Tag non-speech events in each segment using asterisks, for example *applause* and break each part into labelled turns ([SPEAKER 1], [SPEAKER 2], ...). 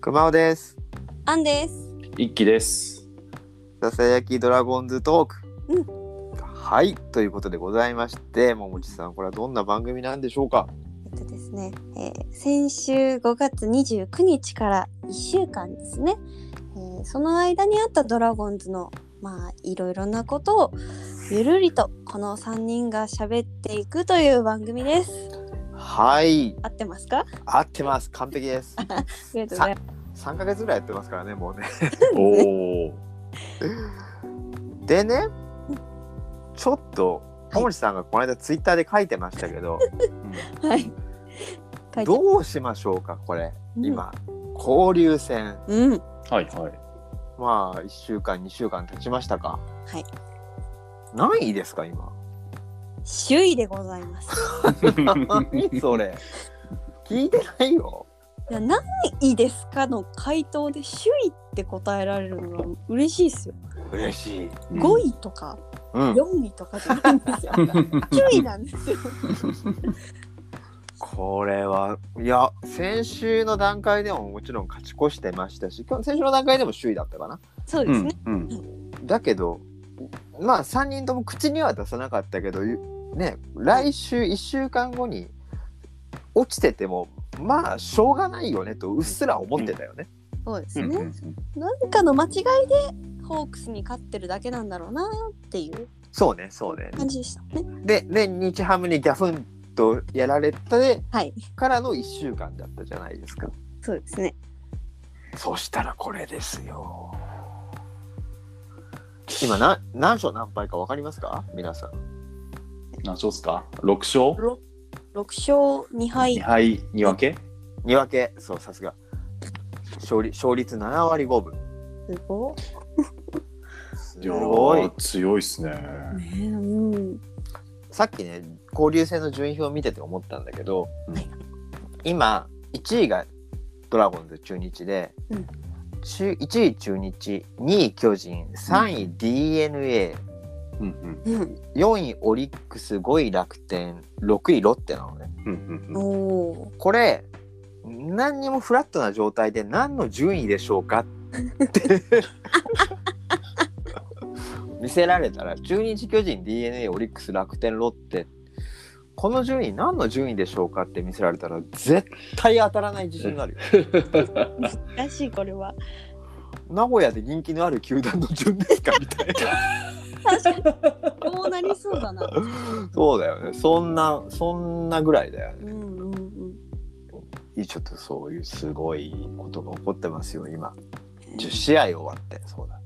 [SPEAKER 1] 熊尾です。
[SPEAKER 2] アンです。
[SPEAKER 3] 一気です。
[SPEAKER 1] ささやきドラゴンズトーク。
[SPEAKER 2] う
[SPEAKER 1] はい、ということでございまして、ももちさん、これはどんな番組なんでしょうか。
[SPEAKER 2] えっとですね、えー先週5月29日から1週間ですね、えーその間にあったドラゴンズのまあいろいろなことをゆるりとこの3人が喋っていくという番組です。
[SPEAKER 1] はい、
[SPEAKER 2] 合ってますか？あ
[SPEAKER 1] 合ってます。完璧です。
[SPEAKER 2] りがとうございま
[SPEAKER 1] 3ヶ月ぐらいやってますからね、もうね。
[SPEAKER 3] おお。
[SPEAKER 1] でね、ちょっと、ももちさんがこの間ツイッターで書いてましたけど、
[SPEAKER 2] す。はい。書いて *laughs*
[SPEAKER 1] どうしましょうか、これ。今、交流戦。
[SPEAKER 2] うん。うん。
[SPEAKER 3] はいはい。
[SPEAKER 1] まあ、1週間、2週間経ちましたか。
[SPEAKER 2] はい。
[SPEAKER 1] 何位ですか、今。
[SPEAKER 2] 首位でございます。
[SPEAKER 1] 何 *laughs* それ。聞いてないよ。
[SPEAKER 2] いや何位ですかの回答で首位って答えられるのは嬉しいですよ。
[SPEAKER 1] 嬉しい。
[SPEAKER 2] 5位とか
[SPEAKER 1] うん。
[SPEAKER 2] 4位とかじゃないん *laughs* ですよ。9位なんですよ。
[SPEAKER 1] これはいや先週の段階でももちろん勝ち越してましたし今日先週の段階でも首位だったかな
[SPEAKER 2] そう
[SPEAKER 3] う
[SPEAKER 2] です
[SPEAKER 3] ん
[SPEAKER 2] ね。
[SPEAKER 3] うん。
[SPEAKER 1] だけどまあ3人とも口には出さなかったけどゆね来週1週間後に落ちててもまあしょうがないよねとうっすら思ってたよね、
[SPEAKER 2] そうです
[SPEAKER 3] う
[SPEAKER 2] ね。
[SPEAKER 3] んうん
[SPEAKER 2] 何かの間違いでホークスに勝ってるだけなんだろうなっていう
[SPEAKER 1] そうねそうね
[SPEAKER 2] 感じでしたね。
[SPEAKER 1] でね日ハムにギャフンとやられて
[SPEAKER 2] はい。
[SPEAKER 1] からの1週間だったじゃないですか
[SPEAKER 2] そうですね。
[SPEAKER 1] そしたらこれですよ。今な何勝何敗か分かりますか皆さん。
[SPEAKER 3] 何勝っすか？六勝？
[SPEAKER 2] 六勝二
[SPEAKER 3] 二
[SPEAKER 2] 敗。
[SPEAKER 3] 敗二分け？
[SPEAKER 1] 2分け、そう、さすが。勝利勝率7割5分。
[SPEAKER 2] すご
[SPEAKER 1] す
[SPEAKER 3] いやー
[SPEAKER 1] ごい。
[SPEAKER 3] 強いっすね。
[SPEAKER 2] い。ねえうん。
[SPEAKER 1] さっきね、交流戦の順位表を見てて思ったんだけど、
[SPEAKER 3] はい
[SPEAKER 1] 今、1位がドラゴンズ中日で、
[SPEAKER 2] うん
[SPEAKER 1] 中1位中日、2位巨人、3位 d n a
[SPEAKER 3] うんうん
[SPEAKER 2] うん。
[SPEAKER 1] 4位オリックス、5位楽天、6位ロッテなのね。
[SPEAKER 3] うんうん
[SPEAKER 2] おお
[SPEAKER 1] これ何にもフラットな状態で何の順位でしょうかって見せられたら中日巨人 d n a オリックス楽天ロッテこの順位何の順位でしょうかって見せられたら絶対当たらない自信があるよ
[SPEAKER 2] ー。らしいこれは。
[SPEAKER 1] 名古屋で人気のある球団の順ですかみたいな
[SPEAKER 2] 確かにこうなりそうだな。
[SPEAKER 1] そうだよねそんなそんなぐらいだよ
[SPEAKER 2] う
[SPEAKER 1] ね
[SPEAKER 2] んうんうん。
[SPEAKER 1] ちょっとそういうすごいことが起こってますよ今10試合終わってそうだ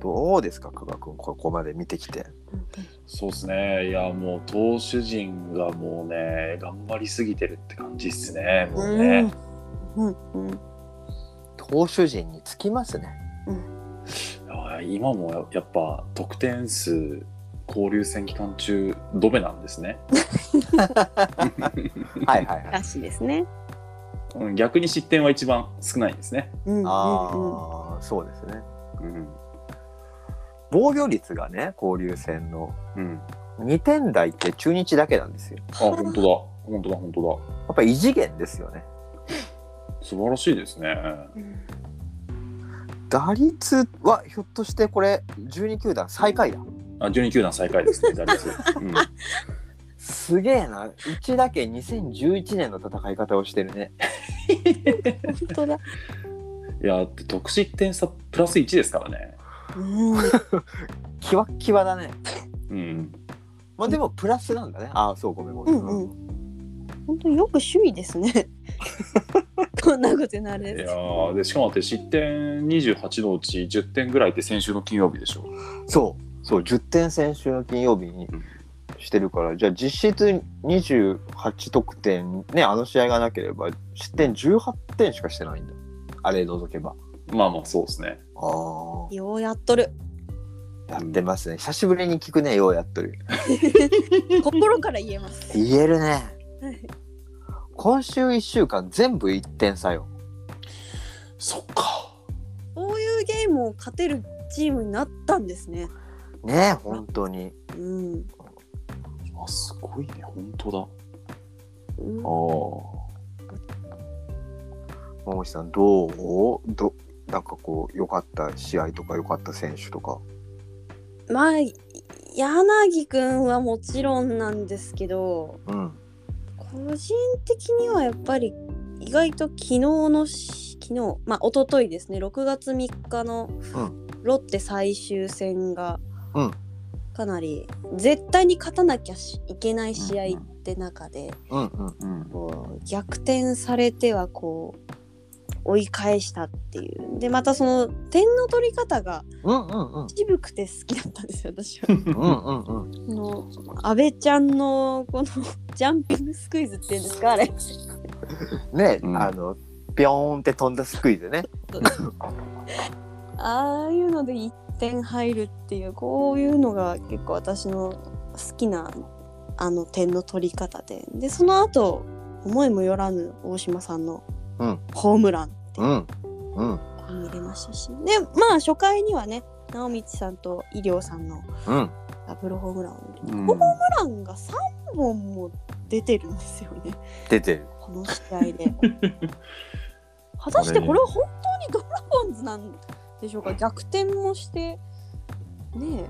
[SPEAKER 1] どうですか久我君ここまで見てきて
[SPEAKER 3] そうっすね。いやもう投手陣がもうね頑張りすぎてるって感じっすね。もうね。
[SPEAKER 2] うんうん
[SPEAKER 1] 投手陣につきますね
[SPEAKER 3] いや今もややっぱ得点数交流戦期間中ドベなんですね。
[SPEAKER 1] はいはいはい
[SPEAKER 2] らしいですね。
[SPEAKER 3] うん逆に失点は一番少ないんですね。
[SPEAKER 2] うんうんう
[SPEAKER 1] *laughs*
[SPEAKER 2] ん。
[SPEAKER 1] ああそうですね
[SPEAKER 3] うん
[SPEAKER 1] 防御率がね交流戦の
[SPEAKER 3] うん。
[SPEAKER 1] 2点台って中日だけなんですよ
[SPEAKER 3] あ本当だ本当だ本当
[SPEAKER 1] やっぱ異次元ですよね
[SPEAKER 3] だ素晴らしいですね。
[SPEAKER 2] うん
[SPEAKER 1] 打率はひょっとしてこれ12球団最下位だ
[SPEAKER 3] あ12球団最下位ですね打率。うん
[SPEAKER 1] すげえなうちだけ2011年の戦い方をしてるね
[SPEAKER 2] 本当だ。
[SPEAKER 3] いやだって得失点差プラス1ですからね。
[SPEAKER 2] うん。
[SPEAKER 1] キワッキワだね
[SPEAKER 3] うん。
[SPEAKER 1] まあでもプラスなんだねああそうごめんごめん、
[SPEAKER 2] うんうん本当によく首位です
[SPEAKER 3] *laughs*
[SPEAKER 2] ね。こんなことになる
[SPEAKER 3] い
[SPEAKER 2] で
[SPEAKER 3] や
[SPEAKER 2] す。
[SPEAKER 3] ーでしかもだって失点28のうち10点ぐらいって先週の金曜日でしょ。
[SPEAKER 1] そうそう10点先週の金曜日に
[SPEAKER 3] うん
[SPEAKER 1] してるからじゃあ実質28得点ねあの試合がなければ失点18点しかしてないんだあれ除けば
[SPEAKER 3] まあまあそうですね。
[SPEAKER 1] あ
[SPEAKER 2] ようやっとる。
[SPEAKER 1] やってますね久しぶりに聞くねようやっとる
[SPEAKER 2] 心から言えます。
[SPEAKER 1] 言えるね今週1週間全部1点差よ
[SPEAKER 3] そっか。
[SPEAKER 2] こういうゲームを勝てるチームになったんですね。
[SPEAKER 1] ねえ本当に
[SPEAKER 2] うん。
[SPEAKER 3] あすごいね本当だ。
[SPEAKER 2] うん
[SPEAKER 3] ああ。
[SPEAKER 1] 桃地さんどうどなんかこう良かった試合とか良かった選手とか
[SPEAKER 2] まあ柳くんはもちろんなんですけど
[SPEAKER 1] うん
[SPEAKER 2] 個人的にはやっぱり意外と昨日のし昨日まあ一昨日ですね6月3日の
[SPEAKER 1] うん
[SPEAKER 2] ロッテ最終戦が、
[SPEAKER 1] うん
[SPEAKER 2] かなり絶対に勝たなきゃしいけない試合って中で、
[SPEAKER 1] うんうん
[SPEAKER 3] うん
[SPEAKER 2] こう逆転されてはこう追い返したっていうでまたその点の取り方が
[SPEAKER 1] うんうんうん
[SPEAKER 2] 渋くて好きだったんですよ私は。
[SPEAKER 1] *laughs* うんうんうん
[SPEAKER 2] あの安倍ちゃんのこの *laughs* ジャンピングスクイズっていうんですか
[SPEAKER 1] *laughs*
[SPEAKER 2] あれ
[SPEAKER 1] ね、
[SPEAKER 3] うん
[SPEAKER 1] あのピョーンって飛んだスクイズね
[SPEAKER 2] ああいうので1点入るっていうこういうのが結構私の好きなあの点の取り方ででその後思いもよらぬ大島さんの
[SPEAKER 1] うん
[SPEAKER 2] ホームランっていううん
[SPEAKER 1] うん
[SPEAKER 2] のが見れましたし、でまあ初回にはね直道さんと医療さんの
[SPEAKER 1] うん
[SPEAKER 2] ダブルホームランを見てホ
[SPEAKER 3] うん
[SPEAKER 2] ームランが3本も出てるんですよね
[SPEAKER 1] 出てる
[SPEAKER 2] この試合
[SPEAKER 3] *laughs*
[SPEAKER 2] で。果たしてこれは本当にドラゴンズなんでしょうか逆転もしてね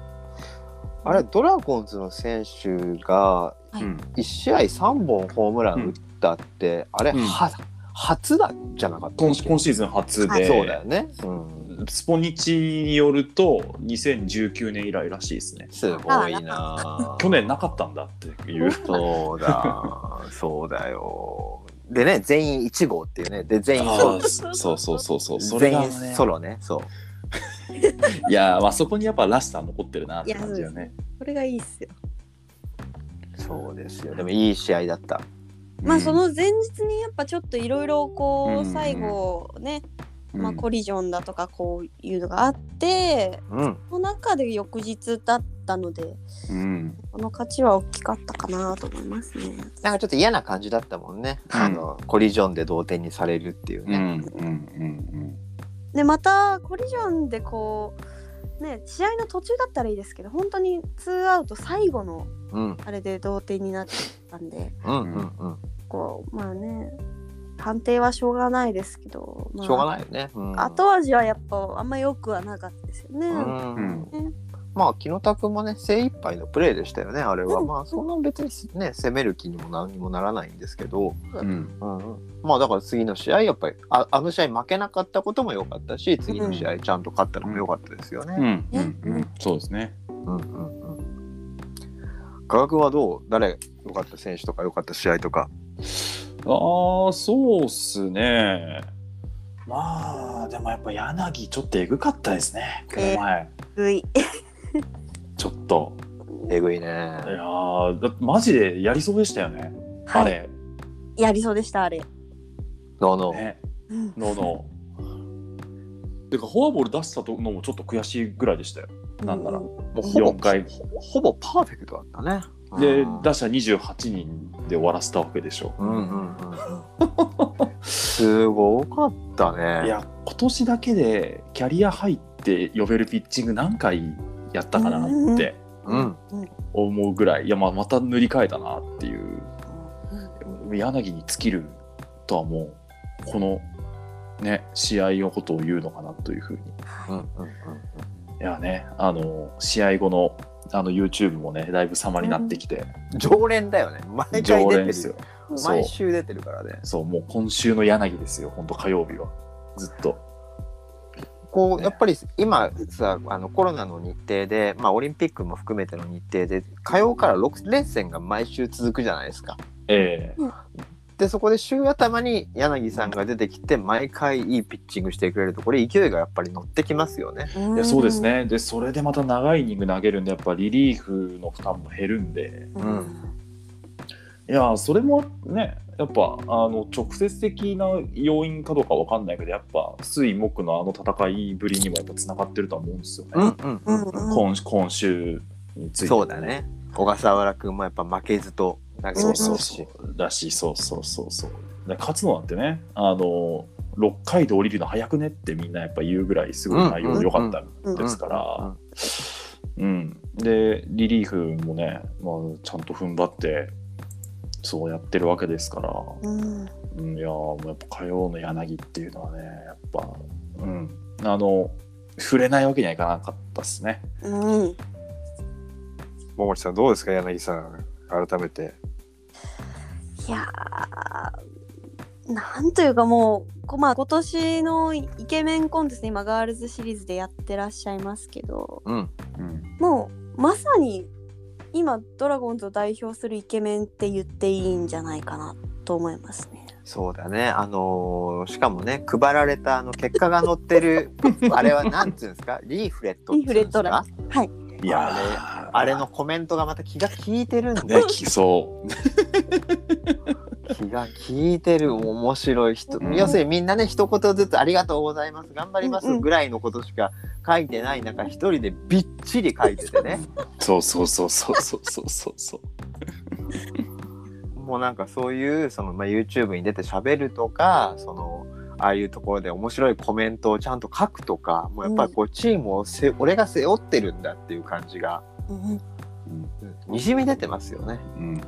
[SPEAKER 1] あれドラゴンズの選手が
[SPEAKER 3] うん
[SPEAKER 1] 1試合3本ホームラン打ったって、あれ、
[SPEAKER 3] うん
[SPEAKER 1] は初だじゃなかった
[SPEAKER 3] 今今シーズン初
[SPEAKER 2] は
[SPEAKER 3] で、
[SPEAKER 2] い
[SPEAKER 1] そうだよね、うん、
[SPEAKER 3] スポニチによると2019年以来らしいですね。
[SPEAKER 1] すごいな
[SPEAKER 3] 去年なかったんだっていう。
[SPEAKER 1] そうだ、そうだよ。でね、全員1号っていうね、で全員ソ
[SPEAKER 3] あ
[SPEAKER 1] ロ
[SPEAKER 3] ー *laughs* そうそうそうそう。それ
[SPEAKER 1] 全
[SPEAKER 3] が、
[SPEAKER 1] 員
[SPEAKER 3] ね、
[SPEAKER 1] ソロね、そう。
[SPEAKER 3] いやー、まあ、そこにやっぱらしさ残ってるなって感じよね。
[SPEAKER 2] これがいいっすよ
[SPEAKER 1] そうですよ。でもいい試合だった。
[SPEAKER 2] まあ
[SPEAKER 3] うん
[SPEAKER 2] そ、の前日にやっぱちょっといろいろこ
[SPEAKER 3] うん
[SPEAKER 2] う最後ね、
[SPEAKER 3] うん
[SPEAKER 2] まあ、コリジョンだとかこういうのがあって
[SPEAKER 1] うん。
[SPEAKER 2] その中で翌日だったので
[SPEAKER 3] うん
[SPEAKER 2] この勝ちは大きかったかなと思いますね
[SPEAKER 1] なんかちょっと嫌な感じだったもんね。
[SPEAKER 3] うん
[SPEAKER 1] あの、コリジョンで同点にされるっていう
[SPEAKER 3] うんう
[SPEAKER 1] ね。
[SPEAKER 3] んうん
[SPEAKER 2] でまたコリジョンでこうね試合の途中だったらいいですけど本当にツーアウト最後の
[SPEAKER 1] うん。
[SPEAKER 2] あれで同点になっちゃったんで
[SPEAKER 1] うん。うん。うん。
[SPEAKER 2] こうまあね判定はしょうがないですけど、まあ、
[SPEAKER 1] しょうがないよね。うん、
[SPEAKER 2] 後味はやっぱあんま良くはなかったですよね。
[SPEAKER 1] うん。
[SPEAKER 2] うん
[SPEAKER 1] まあ、木野拓もね、精一杯のプレーでしたよね、あれは。
[SPEAKER 2] うん
[SPEAKER 1] まあ、そんな別にね、攻める気にも何にもならないんですけど。
[SPEAKER 3] うんうん
[SPEAKER 1] うんうん、まあだから次の試合やっぱりああの試合負けなかったことも良かったし次の試合ちゃんと勝ったのも良かったですよ
[SPEAKER 3] う
[SPEAKER 1] ね。
[SPEAKER 3] んうんうんそうですね。
[SPEAKER 1] うんうんうん。科学はどう誰良かった選手とか良かった試合とか。
[SPEAKER 3] ああ、そうっすね。まあ、でもやっぱ柳、ちょっとえぐかったですね。この前、
[SPEAKER 2] ぐい。
[SPEAKER 3] ちょっと。
[SPEAKER 1] えぐいね。
[SPEAKER 3] いやーだってマジでやりそうでしたよね。あれ、
[SPEAKER 2] い。やりそうでしたあれ。
[SPEAKER 1] どの、
[SPEAKER 3] ね、
[SPEAKER 2] うん
[SPEAKER 3] のの。てか、フォアボール出したのもちょっと悔しいぐらいでしたよ。なんなら。
[SPEAKER 1] もうほぼ
[SPEAKER 3] 4回。
[SPEAKER 1] ほぼパーフェクトだったね。
[SPEAKER 3] で
[SPEAKER 1] うん、
[SPEAKER 3] 打者28人で終わらせたわけでしょ。
[SPEAKER 1] うんうんうんうん。すごかったね。
[SPEAKER 3] いや、今年だけでキャリア入って呼べるピッチング何回やったかなって
[SPEAKER 1] うん。
[SPEAKER 3] 思うぐらい、いや、まあ、また塗り替えたなっていう。柳に尽きるとはもうこのね試合のことを言うのかなというふうに
[SPEAKER 1] うんうんうん
[SPEAKER 3] いやねあの試合後のあの YouTube もねだいぶ様になってきて、
[SPEAKER 1] うん。常連だよね。毎回
[SPEAKER 3] 常
[SPEAKER 1] 出て
[SPEAKER 3] 連
[SPEAKER 1] る
[SPEAKER 3] ですよそう
[SPEAKER 1] 毎週出てるからね。
[SPEAKER 3] そうもう今週の柳ですよ本当火曜日はずっと
[SPEAKER 1] こう
[SPEAKER 3] ね
[SPEAKER 1] やっぱり今さあのコロナの日程で、まあ、オリンピックも含めての日程で火曜から6連戦が毎週続くじゃないですか。
[SPEAKER 3] ええ
[SPEAKER 1] でそこで週頭に柳さんが出てきて毎回いいピッチングしてくれるとこれ勢いがやっぱり乗ってきますよね。
[SPEAKER 3] いやそうです。ねでそれでまた長いイニング投げるんでやっぱリリーフの負担も減るんで
[SPEAKER 2] う
[SPEAKER 1] うん
[SPEAKER 2] ん。
[SPEAKER 3] いやそれもねやっぱあの直接的な要因かどうかわかんないけどやっぱ水木のあの戦いぶりにもやっぱつながってるとは思うんですよね。
[SPEAKER 1] うん
[SPEAKER 2] うんうん
[SPEAKER 3] 今今週について
[SPEAKER 1] そうだね。小笠原君もやっぱ負けずと投げて
[SPEAKER 3] そ
[SPEAKER 1] る
[SPEAKER 3] うそう
[SPEAKER 1] し
[SPEAKER 3] そうだしそうそうそうそうだから勝つのなんてねあの6回で降りるの早くねってみんなやっぱ言うぐらいすごい内容が良かった
[SPEAKER 2] うんうん
[SPEAKER 3] ですからうんでリリーフもね、まあ、ちゃんと踏ん張ってそうやってるわけですから
[SPEAKER 2] うん。
[SPEAKER 3] うんいやーもうやっぱ火曜の柳っていうのはねやっぱうんあの触れないわけにはいかなかったっすね
[SPEAKER 2] うん
[SPEAKER 4] 桃地さんどうですか柳さん改めて
[SPEAKER 2] いやーなんというかもうこまあ今年のイケメンコンテスト今ガールズシリーズでやってらっしゃいますけど
[SPEAKER 1] うん
[SPEAKER 3] うん
[SPEAKER 2] もうまさに今ドラゴンズを代表するイケメンって言っていいんじゃないかなと思いますね。
[SPEAKER 1] そうだねあのーしかもね配られたあの結果が載って
[SPEAKER 3] *laughs*
[SPEAKER 1] るあれはなんていうんですかリーフレットっていうんですか
[SPEAKER 2] リーフレッ
[SPEAKER 3] い
[SPEAKER 1] やあれのコメントがまた気が利いてるんで
[SPEAKER 3] *laughs* ねきそう
[SPEAKER 1] 気が利いてる面白い人、
[SPEAKER 3] うん
[SPEAKER 1] 要するにみんなね一言ずつ「ありがとうございます頑張ります
[SPEAKER 2] うんう」ん
[SPEAKER 1] ぐらいのことしか書いてない中一人でびっちり書いててね
[SPEAKER 3] そうそうそうそうそうそうそうそう
[SPEAKER 1] もうなんかそういうその、まあ、YouTube に出て喋るとかそのああいうところで面白いコメントをちゃんと書くとかもうやっぱりこうチームをせ、俺が背負ってるんだっていう感じが、
[SPEAKER 2] うん
[SPEAKER 1] にじみ出てますよね
[SPEAKER 3] うん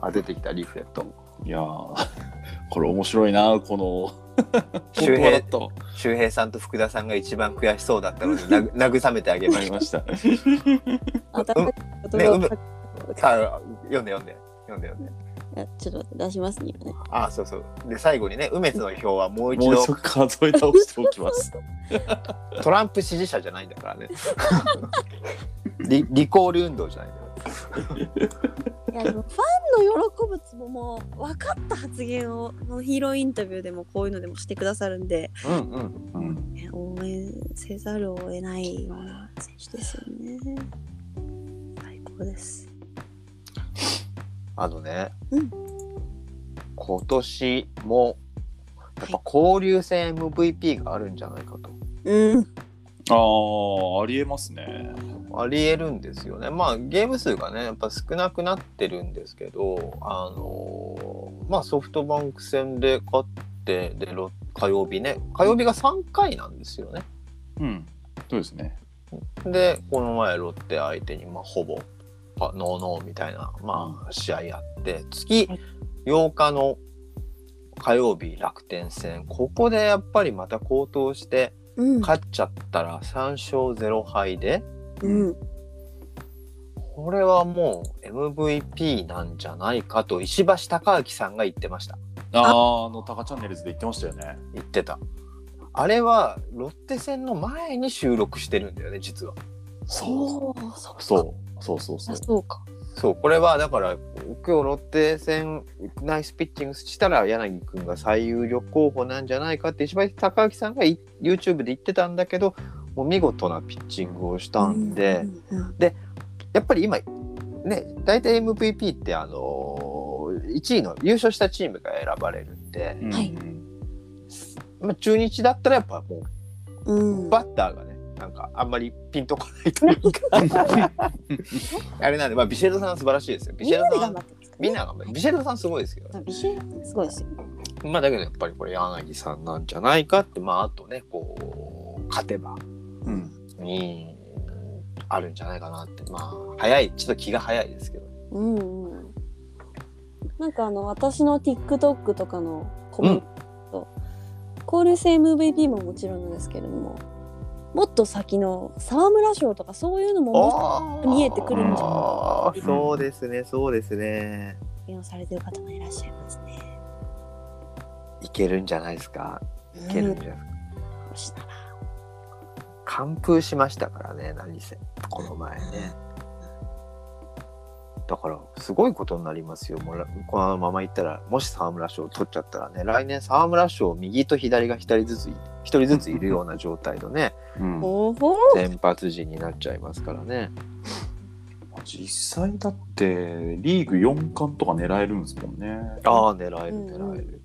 [SPEAKER 1] あ出てきたリーフレット
[SPEAKER 3] いやーこれ面白いなこの
[SPEAKER 1] 周平
[SPEAKER 3] 本当だっ
[SPEAKER 1] 周平さんと福田さんが一番悔しそうだったの *laughs* になぐ慰めてあげ
[SPEAKER 3] た
[SPEAKER 1] ま
[SPEAKER 3] あり
[SPEAKER 1] し *laughs*
[SPEAKER 3] ました
[SPEAKER 2] あだ
[SPEAKER 1] うん
[SPEAKER 2] 言葉を
[SPEAKER 1] ね
[SPEAKER 2] か
[SPEAKER 1] たさあ読んで読んで読んで読んで
[SPEAKER 2] いやちょっと待って出しますね。今ね
[SPEAKER 1] ああそうそうで最後にね梅津の票はもう一
[SPEAKER 3] もう
[SPEAKER 1] 度
[SPEAKER 3] 一度数え倒しておきます。
[SPEAKER 1] トランプ支持者じゃないんだからね *laughs* リリコール運動じゃないんだから
[SPEAKER 2] いやでもファンの喜ぶつぼも分かった発言をのヒーローインタビューでもこういうのでもしてくださるんで、
[SPEAKER 1] うんうん
[SPEAKER 3] うん、
[SPEAKER 2] ね応援せざるを得ないような選手ですよね。最高です。
[SPEAKER 1] あのね、
[SPEAKER 2] うん
[SPEAKER 1] 今年もやっぱ交流戦 MVP があるんじゃないかと、
[SPEAKER 2] うん。
[SPEAKER 3] ああありえますね。
[SPEAKER 1] ありえるんですよねまあゲーム数がねやっぱ少なくなってるんですけどあのーまあソフトバンク戦で勝ってでろ火曜日ね火曜日が3回なんですよね
[SPEAKER 3] うんそうですね。
[SPEAKER 1] でこの前ロッテ相手に、まあ、ほぼあノーノーみたいな、まあ、試合やって月8日の火曜日楽天戦ここでやっぱりまた好投して
[SPEAKER 2] うん。
[SPEAKER 1] 勝っちゃったら3勝0敗で
[SPEAKER 2] うん。
[SPEAKER 1] これはもう MVP なんじゃないかと石橋貴明さんが言ってました
[SPEAKER 3] あああのタカチャンネルズで言ってましたよね。
[SPEAKER 1] 言ってたあれはロッテ戦の前に収録してるんだよね実は
[SPEAKER 2] そうそう
[SPEAKER 3] うそうそうそうそ
[SPEAKER 2] あ
[SPEAKER 3] う。
[SPEAKER 2] そうか。
[SPEAKER 1] そうこれはだから今日ロッテ戦ナイスピッチングしたら柳君が最有力候補なんじゃないかって石橋貴明さんがい YouTube で言ってたんだけどもう見事なピッチングをしたんで、
[SPEAKER 2] うんうん
[SPEAKER 1] やっぱり今ね大体 MVP ってあのー1位の優勝したチームが選ばれるんで、
[SPEAKER 3] うん
[SPEAKER 2] はい
[SPEAKER 1] まあ、中日だったらやっぱも
[SPEAKER 2] うん。
[SPEAKER 1] うバッターがねなんかあんまりピンとこないというか
[SPEAKER 2] *laughs*
[SPEAKER 1] あれなんで、まあ、ビシエドさんは素晴らしいですよビ
[SPEAKER 2] み
[SPEAKER 1] シ
[SPEAKER 2] ん
[SPEAKER 1] エド
[SPEAKER 2] な
[SPEAKER 1] さ
[SPEAKER 2] で頑
[SPEAKER 1] ん
[SPEAKER 2] 張ってますからね
[SPEAKER 1] みんながビシエドさんすごいですけどね
[SPEAKER 2] まあビシエすごいですよ。
[SPEAKER 1] まあだけどやっぱりこれ柳さんなんじゃないかってまああとねこう勝てば
[SPEAKER 3] うん
[SPEAKER 1] にあるんじゃないかなってまあ早いちょっと気が早いですけど
[SPEAKER 2] うんうん。なんかあの私の TikTok とかのコメント、交流戦 MVP ももちろんですけれども、もっと先の沢村賞とかそういうのもも
[SPEAKER 1] あ
[SPEAKER 2] 見えてく
[SPEAKER 3] るん
[SPEAKER 2] ない
[SPEAKER 3] じゃ
[SPEAKER 1] あー
[SPEAKER 3] うん
[SPEAKER 1] そうですねそうですね
[SPEAKER 2] 発表されてる方もいらっしゃいますね。
[SPEAKER 1] いけるんじゃないですかいけるんじゃないですか、
[SPEAKER 2] うんそしたら
[SPEAKER 1] 完封しましたからね何せこの前ねだからすごいことになりますよもうらこのままいったらもし沢村賞取っちゃったらね来年沢村賞右と左が一人ずつい一人ずついるような状態の
[SPEAKER 2] *laughs*
[SPEAKER 1] ね
[SPEAKER 3] うん。
[SPEAKER 2] ほうほう
[SPEAKER 1] 先発陣になっちゃいますからね
[SPEAKER 3] 実際だってリーグ四冠とか狙えるんですもんね。
[SPEAKER 1] ああ狙える
[SPEAKER 2] うんうん
[SPEAKER 1] 狙える、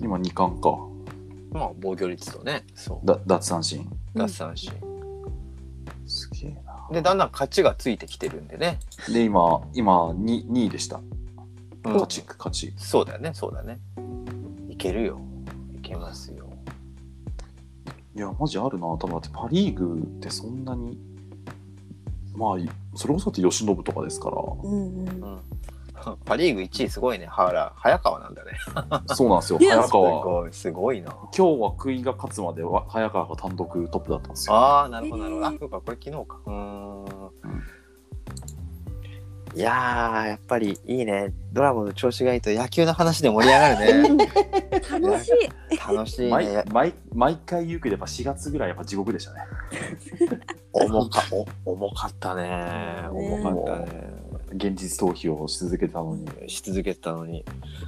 [SPEAKER 3] 今二冠か。
[SPEAKER 1] まあ防御率とねそ
[SPEAKER 3] だ奪三振。
[SPEAKER 1] う奪三振、
[SPEAKER 3] すげえな。
[SPEAKER 1] でだんだん勝ちがついてきてるんでね、
[SPEAKER 3] で今今二二位でした。
[SPEAKER 1] うん
[SPEAKER 3] 勝ち勝ち。
[SPEAKER 1] そうだよねそうだねいけるよいけますよ
[SPEAKER 3] いや、マジあるな。多分だってパ・リーグってそんなに、まあ、それこそだって慶喜とかですから、
[SPEAKER 2] うんうん
[SPEAKER 1] うんパ・リーグ1位すごいね原早川なんだね
[SPEAKER 3] そうなんですよ。
[SPEAKER 2] いや
[SPEAKER 3] 早
[SPEAKER 1] す
[SPEAKER 3] 川。
[SPEAKER 1] ごいすごいな
[SPEAKER 3] 今日はクイが勝つまでは早川が単独トップだったんですよ。
[SPEAKER 1] ああなるほどなるほど
[SPEAKER 2] え
[SPEAKER 1] あ
[SPEAKER 2] ー
[SPEAKER 1] そうかこれ昨日かうーんいやーやっぱりいいねドラゴンの調子がいいと野球の話で盛り上がる *laughs* ね
[SPEAKER 2] 楽しい。
[SPEAKER 1] 楽しいね
[SPEAKER 3] 毎毎毎回言うけどやっぱ4月ぐらいやっぱ地獄でしたね。
[SPEAKER 1] 重かお重かったね重かったね
[SPEAKER 3] 現実逃避をし続けてたのに。
[SPEAKER 1] し続けてたのに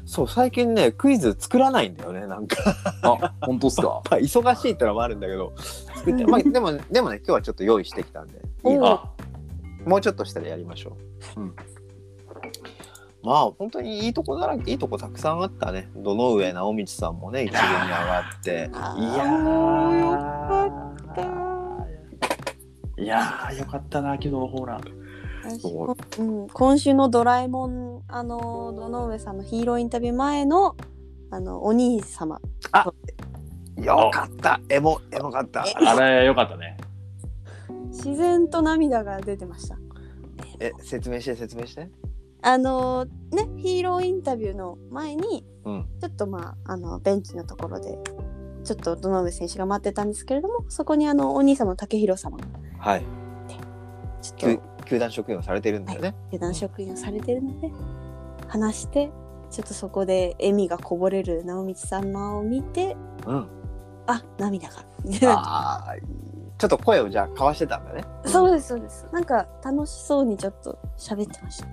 [SPEAKER 1] そう最近ねクイズ作らないんだよねなんか
[SPEAKER 3] あ、本当っす *laughs* か。
[SPEAKER 1] まあ忙しいってのもあるんだけど作って、まあ、でもでもね今日はちょっと用意してきたんでいいの
[SPEAKER 3] あ、
[SPEAKER 1] もうちょっとしたらやりましょう、
[SPEAKER 3] うん
[SPEAKER 1] まあ本当にいいとこだらけいいとこたくさんあったね堂上直道さんもね一軍に上がって
[SPEAKER 2] あ
[SPEAKER 3] い
[SPEAKER 2] ー
[SPEAKER 3] や
[SPEAKER 2] もうよ
[SPEAKER 3] ーいやーよかったな昨日のホームラン。
[SPEAKER 2] 私
[SPEAKER 3] そ
[SPEAKER 2] うん、今週の「ドラえもん」あの堂上さんのヒーローインタビュー前のあのお兄様
[SPEAKER 1] よかったエモエモかった
[SPEAKER 3] あれよかった *laughs* ね。
[SPEAKER 2] 自然と涙が出てました
[SPEAKER 1] え説明して説明して
[SPEAKER 2] あのねヒーローインタビューの前に、
[SPEAKER 1] うん
[SPEAKER 2] ちょっとまああのベンチのところでちょっと堂上選手が待ってたんですけれどもそこにあのお兄様の武弘様が
[SPEAKER 1] はい
[SPEAKER 2] ちょっ
[SPEAKER 1] 球
[SPEAKER 2] と
[SPEAKER 1] 球団職員をされてるんだよね、
[SPEAKER 2] 球団職員をされてるので話してちょっとそこで笑みがこぼれる直道様を見て
[SPEAKER 1] うん
[SPEAKER 2] あ涙が。 *laughs*
[SPEAKER 1] ああちょっと声をじゃあ交わしてたんだね
[SPEAKER 2] そうですそうです。なんか楽しそうにちょっと喋ってました。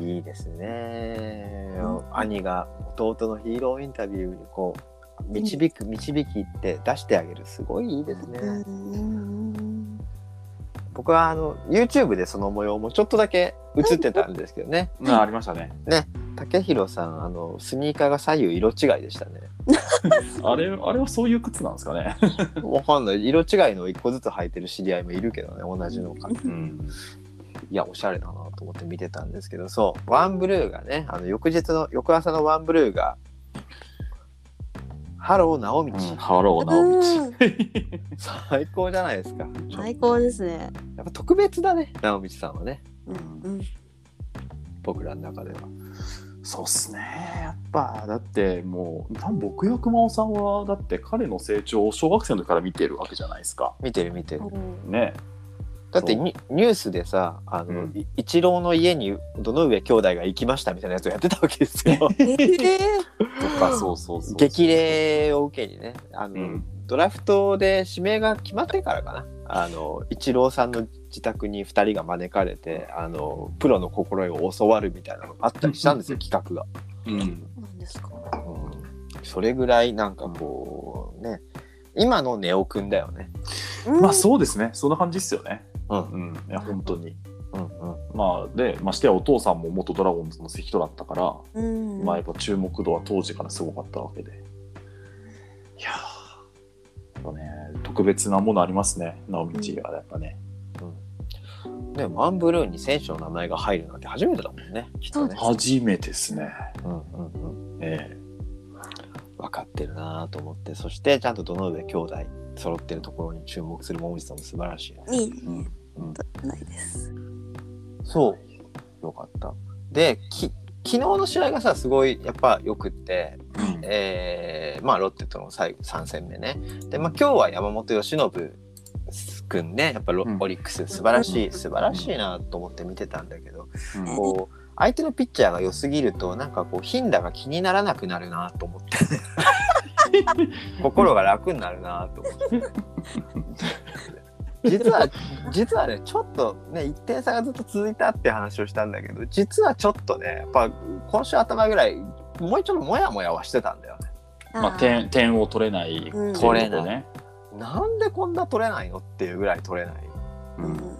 [SPEAKER 1] いいですね、兄が弟のヒーローインタビューにこう導く導きって出してあげるすごいいいですね、
[SPEAKER 2] うん
[SPEAKER 1] 僕はあの YouTube でその模様もちょっとだけ映ってたんですけどね
[SPEAKER 3] うんありましたね。
[SPEAKER 1] 武宏さんあのスニーカーが左右色違いでしたね
[SPEAKER 3] あれあれはそういう靴なんですかね。
[SPEAKER 1] わかんない色違いの一個ずつ履いてる知り合いもいるけどね同じのか
[SPEAKER 3] うん。
[SPEAKER 1] いやおしゃれだなと思って見てたんですけどそうワンブルーがねあの翌日の翌朝のワンブルーが「ハロー直道、
[SPEAKER 3] うん、ハロー直道。
[SPEAKER 2] うん
[SPEAKER 1] 最高じゃないですか
[SPEAKER 2] 最高ですね。
[SPEAKER 1] やっぱ特別だね直道さんはね
[SPEAKER 2] うん
[SPEAKER 1] 僕らの中では
[SPEAKER 3] そうっすねやっぱだってもう多分僕や熊尾さんはだって彼の成長を小学生の時から見てるわけじゃないですか
[SPEAKER 1] 見てる見てる
[SPEAKER 3] ね
[SPEAKER 1] だってニニュースでさあの、
[SPEAKER 3] うん
[SPEAKER 1] い一郎の家にどの上兄弟が行きましたみたいなやつをやってたわけですよ
[SPEAKER 2] えー
[SPEAKER 3] とかそうそうそう
[SPEAKER 1] 激励を受けにねあの、
[SPEAKER 3] うん
[SPEAKER 1] ドラフトで指名が決まってからかなあの一郎さんの自宅に2人が招かれてあのプロの心得を教わるみたいなのがあったりしたんですよ企画が。
[SPEAKER 3] うん
[SPEAKER 2] なんですか。
[SPEAKER 1] うんそれぐらいなんかこうね今のネオくんだよね。
[SPEAKER 3] まあそうですねそんな感じっすよね
[SPEAKER 1] うん
[SPEAKER 3] うんいや本当に
[SPEAKER 1] うんうん
[SPEAKER 3] まあでましてやお父さんも元ドラゴンズの関取だったから、
[SPEAKER 2] うん。
[SPEAKER 3] まあやっぱ注目度は当時からすごかったわけでいやーやっぱね特別なものありますね直道がやっぱね、
[SPEAKER 1] ねマンブルーに選手の名前が入るなんて初めてだもんねきっとね。
[SPEAKER 3] 初めてですね
[SPEAKER 1] うんうんうん
[SPEAKER 3] ええ
[SPEAKER 1] 分かってるなと思ってそしてちゃんとどの上兄弟揃ってるところに注目する桃地さんも素晴らしいね。
[SPEAKER 2] いい
[SPEAKER 3] うん
[SPEAKER 2] ね。ないです。
[SPEAKER 1] そうよかった。でき昨日の試合がさすごいやっぱよくって、
[SPEAKER 3] うん
[SPEAKER 1] えーまあ、ロッテとの最後3戦目ねで、まあ、今日は山本由伸君ねやっぱロ、
[SPEAKER 3] うん
[SPEAKER 1] オリックス素晴らしい、
[SPEAKER 2] うん
[SPEAKER 1] 素晴らしいなと思って見てたんだけど、
[SPEAKER 3] うん
[SPEAKER 1] こう相手のピッチャーが良すぎるとなんかこう頻打が気にならなくなるなと思って心が楽になるなと思って実は実はねちょっとね1点差がずっと続いたって話をしたんだけど実はちょっとねやっぱ今週頭ぐらいもうちょっとモヤモヤはしてたんだよね
[SPEAKER 3] まあ、点点を取れない、
[SPEAKER 2] うん
[SPEAKER 3] 取れない、
[SPEAKER 1] なんでこんな取れないのっていうぐらい取れない
[SPEAKER 2] あー。うん
[SPEAKER 1] っ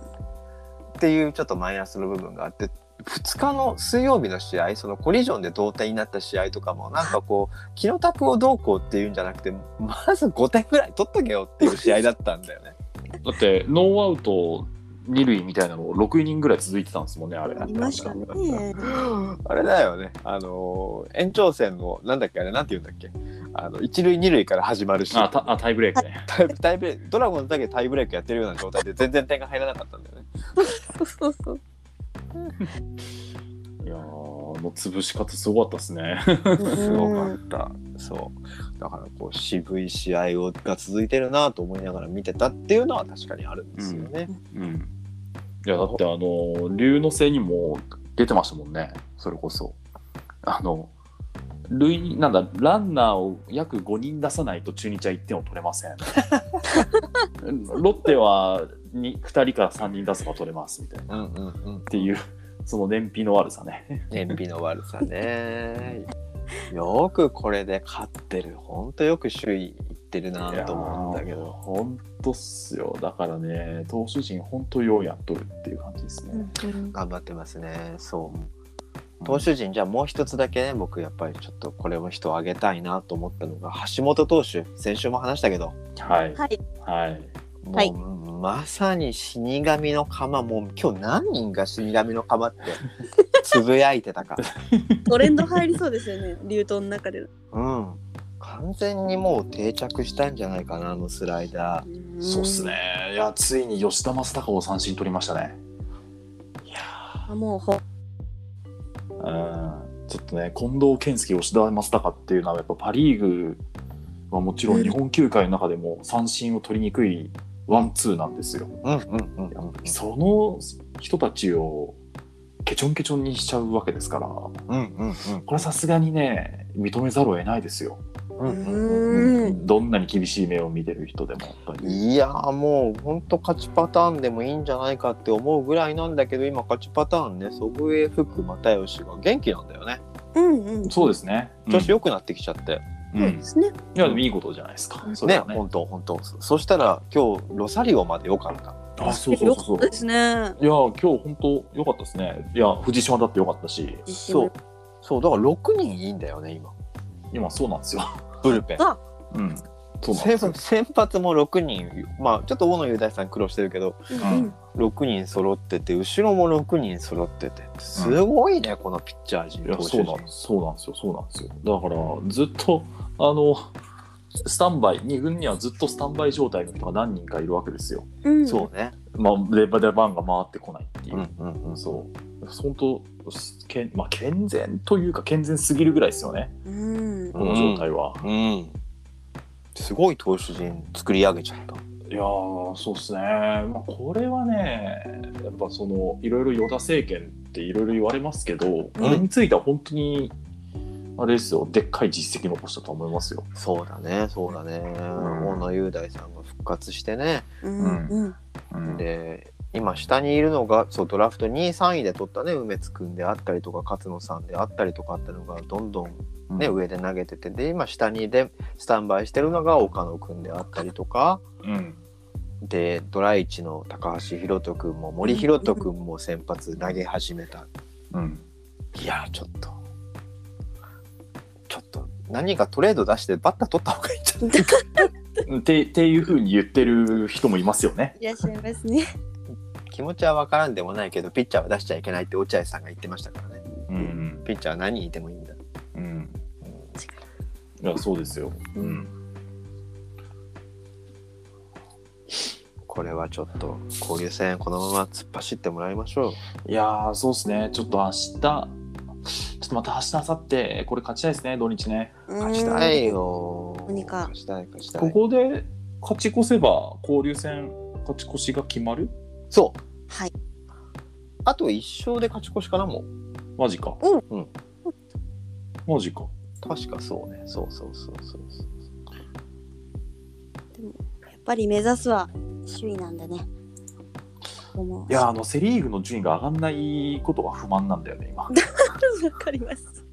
[SPEAKER 1] ていうちょっとマイナスの部分があって2日の水曜日の試合そのコリジョンで同点になった試合とかもなんかこう木の卓をどうこうっていうんじゃなくてまず5点ぐらい取っとけよっていう試合だったんだよね。
[SPEAKER 3] だってノーアウト二塁みたいなの6イニングぐらい続いてたんですもんねあれ
[SPEAKER 2] ありましたね。
[SPEAKER 1] *laughs* あれだよねあのー延長戦のなんだっけあれなんて言うんだっけあの一塁二塁から始まるし
[SPEAKER 3] あたあタイブレークね
[SPEAKER 1] タイブタイブレドラゴンズだけタイブレークやってるような状態で全然点が入らなかったんだよね。
[SPEAKER 2] そうそうそう。
[SPEAKER 3] いやー、あの潰し方すごかった *laughs* ですね。
[SPEAKER 1] すごかった。そう。だからこう渋い試合をが続いてるなと思いながら見てたっていうのは確かにあるんですよね。
[SPEAKER 3] *laughs* うん。いや、だってあの、龍之星にも出てましたもんね、それこそ。あの、塁なんだ、ランナーを約5人出さないと中日は1点を取れま
[SPEAKER 2] *laughs*
[SPEAKER 3] せん。ロッテは 2, 2人から3人出せば取れますみたいな。っ
[SPEAKER 1] うんうんうん。
[SPEAKER 3] ていう、 *laughs* その燃費の悪さね。 *laughs*
[SPEAKER 1] 燃費の悪さね。 *laughs* よくこれで勝ってる。ほんとよく首位いってるなと思うんだけ
[SPEAKER 3] いやー
[SPEAKER 1] ど。
[SPEAKER 3] ほんとっすよ。だからね、投手陣、ほんとようやっとるっていう感じですね。
[SPEAKER 1] 頑張ってますね。そう。投手陣、じゃあもう一つだけね、僕やっぱりちょっとこれも人を挙げたいなと思ったのが、橋本投手、先週も話したけど、
[SPEAKER 3] はい。
[SPEAKER 2] はい。
[SPEAKER 3] はい。
[SPEAKER 1] もう、
[SPEAKER 2] はい
[SPEAKER 1] まさに死神の釜もう今日何人が死神の釜ってつぶやいてたか
[SPEAKER 2] トレンド入りそうですよね、 *laughs* 流動の中で。
[SPEAKER 1] うん完全にもう定着したんじゃないかなあのスライダ
[SPEAKER 3] そうっすね。。いや、ついに吉田正尚を三振取りましたね。
[SPEAKER 2] あもうほ
[SPEAKER 3] うんちょっとね、近藤健介、吉田正尚っていうのは、やっぱパ・リーグはもちろん日本球界の中でも三振を取りにくいワンツーなんですよ。
[SPEAKER 1] ーうんうんうん
[SPEAKER 3] その人たちをケチョンケチョンにしちゃうわけですから、こ
[SPEAKER 1] うんうん
[SPEAKER 3] れはさすがにね、認めざるを得ないですよ。
[SPEAKER 1] う
[SPEAKER 2] う。
[SPEAKER 1] んうん
[SPEAKER 2] ーん。
[SPEAKER 3] どんなに厳しい目を見てる人でも、やっぱり。
[SPEAKER 1] いやーもうほんと勝ちパターンでもいいんじゃないかって思うぐらいなんだけど今勝ちパターンね祖父江福又吉が元気なんだよね
[SPEAKER 2] うんうん。
[SPEAKER 3] そうですね。
[SPEAKER 1] 調子良くなってきちゃって、
[SPEAKER 3] うん
[SPEAKER 2] そううんで。すね。
[SPEAKER 3] いや、でもいいことじゃないですか。それ
[SPEAKER 1] ね
[SPEAKER 3] は
[SPEAKER 1] ほんとほんとそそしたら今日ロサリオまで良かった
[SPEAKER 3] あ、そうそうそう
[SPEAKER 2] よか
[SPEAKER 3] そ
[SPEAKER 2] った
[SPEAKER 3] う
[SPEAKER 2] で。すね。
[SPEAKER 3] いや、今日本当良かったですね。いや、藤島だって良かったし、
[SPEAKER 2] 自信
[SPEAKER 1] そう。そう、だから6人いいんだよね、今。
[SPEAKER 3] 今そうなんで
[SPEAKER 1] *laughs*
[SPEAKER 3] すよ。
[SPEAKER 1] ブルペン。
[SPEAKER 3] うん。そうなんで
[SPEAKER 1] 先
[SPEAKER 3] すよ。
[SPEAKER 1] 先発も6人、まあちょっと大野雄大さん苦労してるけど、
[SPEAKER 2] うん
[SPEAKER 3] う
[SPEAKER 2] うん
[SPEAKER 3] ん。
[SPEAKER 1] 6人揃ってて、後ろも6人揃ってて、すごいね、このピッチャー陣、
[SPEAKER 3] いや、
[SPEAKER 1] 投手
[SPEAKER 3] そう
[SPEAKER 1] 陣
[SPEAKER 3] なんそうなんですよ。そうなんですよ。だから、ずっと、あの、スタンバイ、2軍にはずっとスタンバイ状態の人が何人かいるわけですよ。
[SPEAKER 2] うん。
[SPEAKER 1] そうね。
[SPEAKER 3] まあ、レバーで番が回ってこないっていうう。
[SPEAKER 1] んうんうん。
[SPEAKER 3] そう。本当、けんまあ、健全というか、健全すぎるぐらいですよね、
[SPEAKER 2] うん。
[SPEAKER 3] この状態は。
[SPEAKER 1] うん。すごい投手陣作り上げちゃった。
[SPEAKER 3] いやーそうですね、まあ、これはね、やっぱそのいろいろ与田政権っていろいろ言われますけど、これについては本当に、あれですよ、でっかい実績残したと思いますよ。
[SPEAKER 1] そうだね、そうだね。
[SPEAKER 3] ん
[SPEAKER 1] 大野雄大さんが復活してね。
[SPEAKER 2] うんうん。
[SPEAKER 3] で
[SPEAKER 1] で、今下にいるのが、そう、ドラフト2位、3位で取ったね、梅津くんであったりとか、勝野さんであったりとかあったのが、どんどんね、上で投げててで今下にでスタンバイしてるのが岡野君であったりとか
[SPEAKER 3] うん
[SPEAKER 1] でドライチの高橋宏斗君も森宏斗君も先発投げ始めた
[SPEAKER 3] うん
[SPEAKER 1] いやーちょっとちょっと何かトレード出してバッター取った方がいいんじゃない
[SPEAKER 3] ってっていうふうに言ってる人もいますよね。
[SPEAKER 2] *laughs* いらっしゃいますね。
[SPEAKER 1] *laughs* 気持ちは分からんでもないけどピッチャーは出しちゃいけないって落合さんが言ってましたからね
[SPEAKER 3] うん
[SPEAKER 1] ピッチャーは何にいてもいいんだ
[SPEAKER 3] うん、いやそうですよ。うん、
[SPEAKER 1] これはちょっと交流戦このまま突っ走ってもらいましょう
[SPEAKER 3] いやーそうですね、ちょっと明日ちょっとまた明日明後日これ勝ちたいですね、土日ね。
[SPEAKER 2] 勝
[SPEAKER 1] 勝ちたい。よー
[SPEAKER 2] 何か
[SPEAKER 1] 勝ちたい勝ちたい
[SPEAKER 3] ここで勝ち越せば交流戦勝ち越しが決まる
[SPEAKER 1] そう
[SPEAKER 2] はい。
[SPEAKER 1] あと1勝で勝ち越しかなもう
[SPEAKER 3] マジか。
[SPEAKER 1] うん
[SPEAKER 3] マジか。
[SPEAKER 1] 確かそうねそうそうそうそうそう
[SPEAKER 2] やっぱり目指すは首位なんでね。ここも
[SPEAKER 3] いや、あの、セ・リーグの順位が上がんないことが不満なんだよね、
[SPEAKER 1] *laughs*
[SPEAKER 3] 今。
[SPEAKER 2] わかります。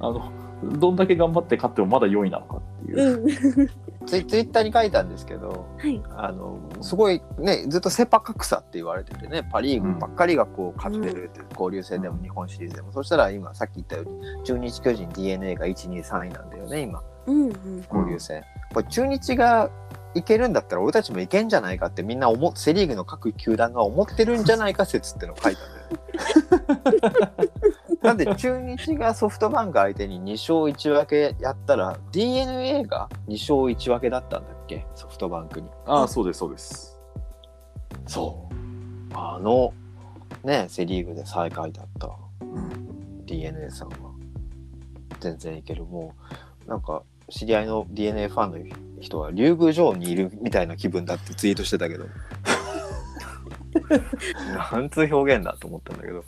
[SPEAKER 3] あの、どんだけ頑張って勝ってもまだ4位なのかっていう。
[SPEAKER 2] うん。
[SPEAKER 1] ツイツイッターに書いたんですけど
[SPEAKER 2] はい。
[SPEAKER 1] あのすごいねずっとセ・パ格差って言われててねパ・リーグばっかりがこう勝ってるって、交流戦でも日本シリーズでも、そしたら今さっき言ったように中日巨人 d n a が123位なんだよね今
[SPEAKER 2] うんうん。
[SPEAKER 1] 交流戦、これ中日がいけるんだったら俺たちもいけんじゃないかってみんな思セ・リーグの各球団が思ってるんじゃないか説ってのを書いたんだよね。
[SPEAKER 2] *laughs*
[SPEAKER 1] なんで中日がソフトバンク相手に2勝1分けやったら d n a が2勝1分けだったんだっけソフトバンクに。
[SPEAKER 3] ああ、そうです、そうです。
[SPEAKER 1] そうあのねセ・リーグで最下位だった
[SPEAKER 3] ん
[SPEAKER 1] d n a さんは全然いけるもうなんか知り合いの d n a ファンの人は竜宮城にいるみたいな気分だってツイートしてたけどなんつう表現だと思ったんだけど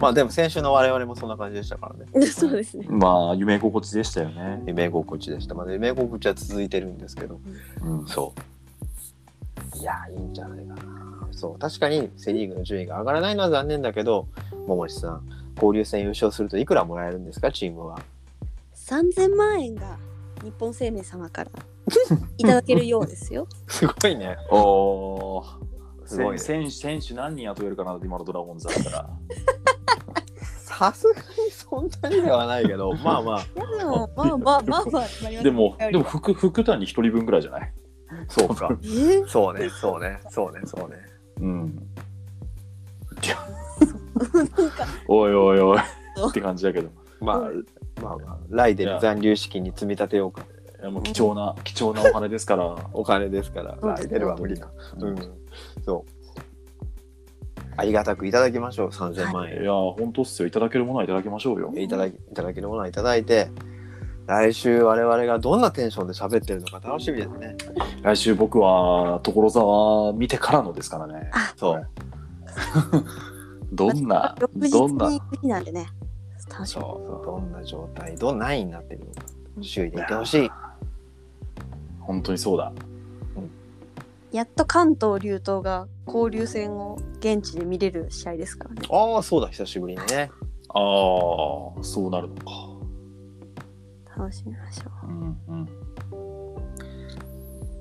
[SPEAKER 1] まあでも先週の我々もそんな感じでしたからね
[SPEAKER 2] そうですね。
[SPEAKER 3] まあ、夢心地でしたよね。
[SPEAKER 1] 夢心地でしたまだ夢心地は続いてるんですけど
[SPEAKER 3] うん、
[SPEAKER 1] そう。いやー、いいんじゃないかな。そう、確かにセ・リーグの順位が上がらないのは残念だけど、桃地さん、交流戦優勝するといくらもらえるんですか、チームは。 *laughs*
[SPEAKER 2] 3000万円が日本生命様からいただけるようですよ。
[SPEAKER 1] すごい *laughs* ね。
[SPEAKER 3] おー
[SPEAKER 1] すごいね
[SPEAKER 3] 選手選手何人雇えるかな今のドラゴンズだったら。
[SPEAKER 1] さすがにそんなにではないけど、まあまあ、
[SPEAKER 2] いやでもまあまあまあまあ決まりました
[SPEAKER 3] *laughs* でも、でも福福谷一人分ぐらいじゃない
[SPEAKER 1] そうか。
[SPEAKER 2] えー
[SPEAKER 1] そうね、そうね、そうね、そうね。
[SPEAKER 3] うん。
[SPEAKER 2] なんか
[SPEAKER 3] *laughs* おいおいおいって感じだけど。
[SPEAKER 1] まあ、まあまあ、来
[SPEAKER 3] い
[SPEAKER 1] 年
[SPEAKER 3] や
[SPEAKER 1] 残留資金に積み立てようか。
[SPEAKER 3] いやもう貴重な、貴重なお金ですから。
[SPEAKER 1] お金ですから、
[SPEAKER 2] そうです
[SPEAKER 1] 来
[SPEAKER 2] ね
[SPEAKER 1] 年は無理か。うん、そう。ありがたくいただきましょう、3000万
[SPEAKER 3] い
[SPEAKER 1] 円。
[SPEAKER 3] やー、本当っすよ。いただけるものはいただきましょうよ。
[SPEAKER 1] いただきいただけるものはいただいて、来週我々がどんなテンションで喋ってるのか楽しみですね。
[SPEAKER 3] 来週僕は所沢見てからのですからね。
[SPEAKER 1] そう。
[SPEAKER 3] どんな、
[SPEAKER 2] 翌日
[SPEAKER 3] どん
[SPEAKER 2] に
[SPEAKER 3] な
[SPEAKER 2] 行。く日なんでね。楽しみ。
[SPEAKER 1] そう。どんな状態、どんな位になってるのか、周囲でいてほしい。
[SPEAKER 3] 本当にそうだ。
[SPEAKER 2] やっと関東竜東が交流戦を現地で見れる試合ですからね。
[SPEAKER 1] ああ、そうだ、久しぶりにね。
[SPEAKER 3] ああ、そうなるのか。
[SPEAKER 2] 楽しみましょ
[SPEAKER 3] うんうん。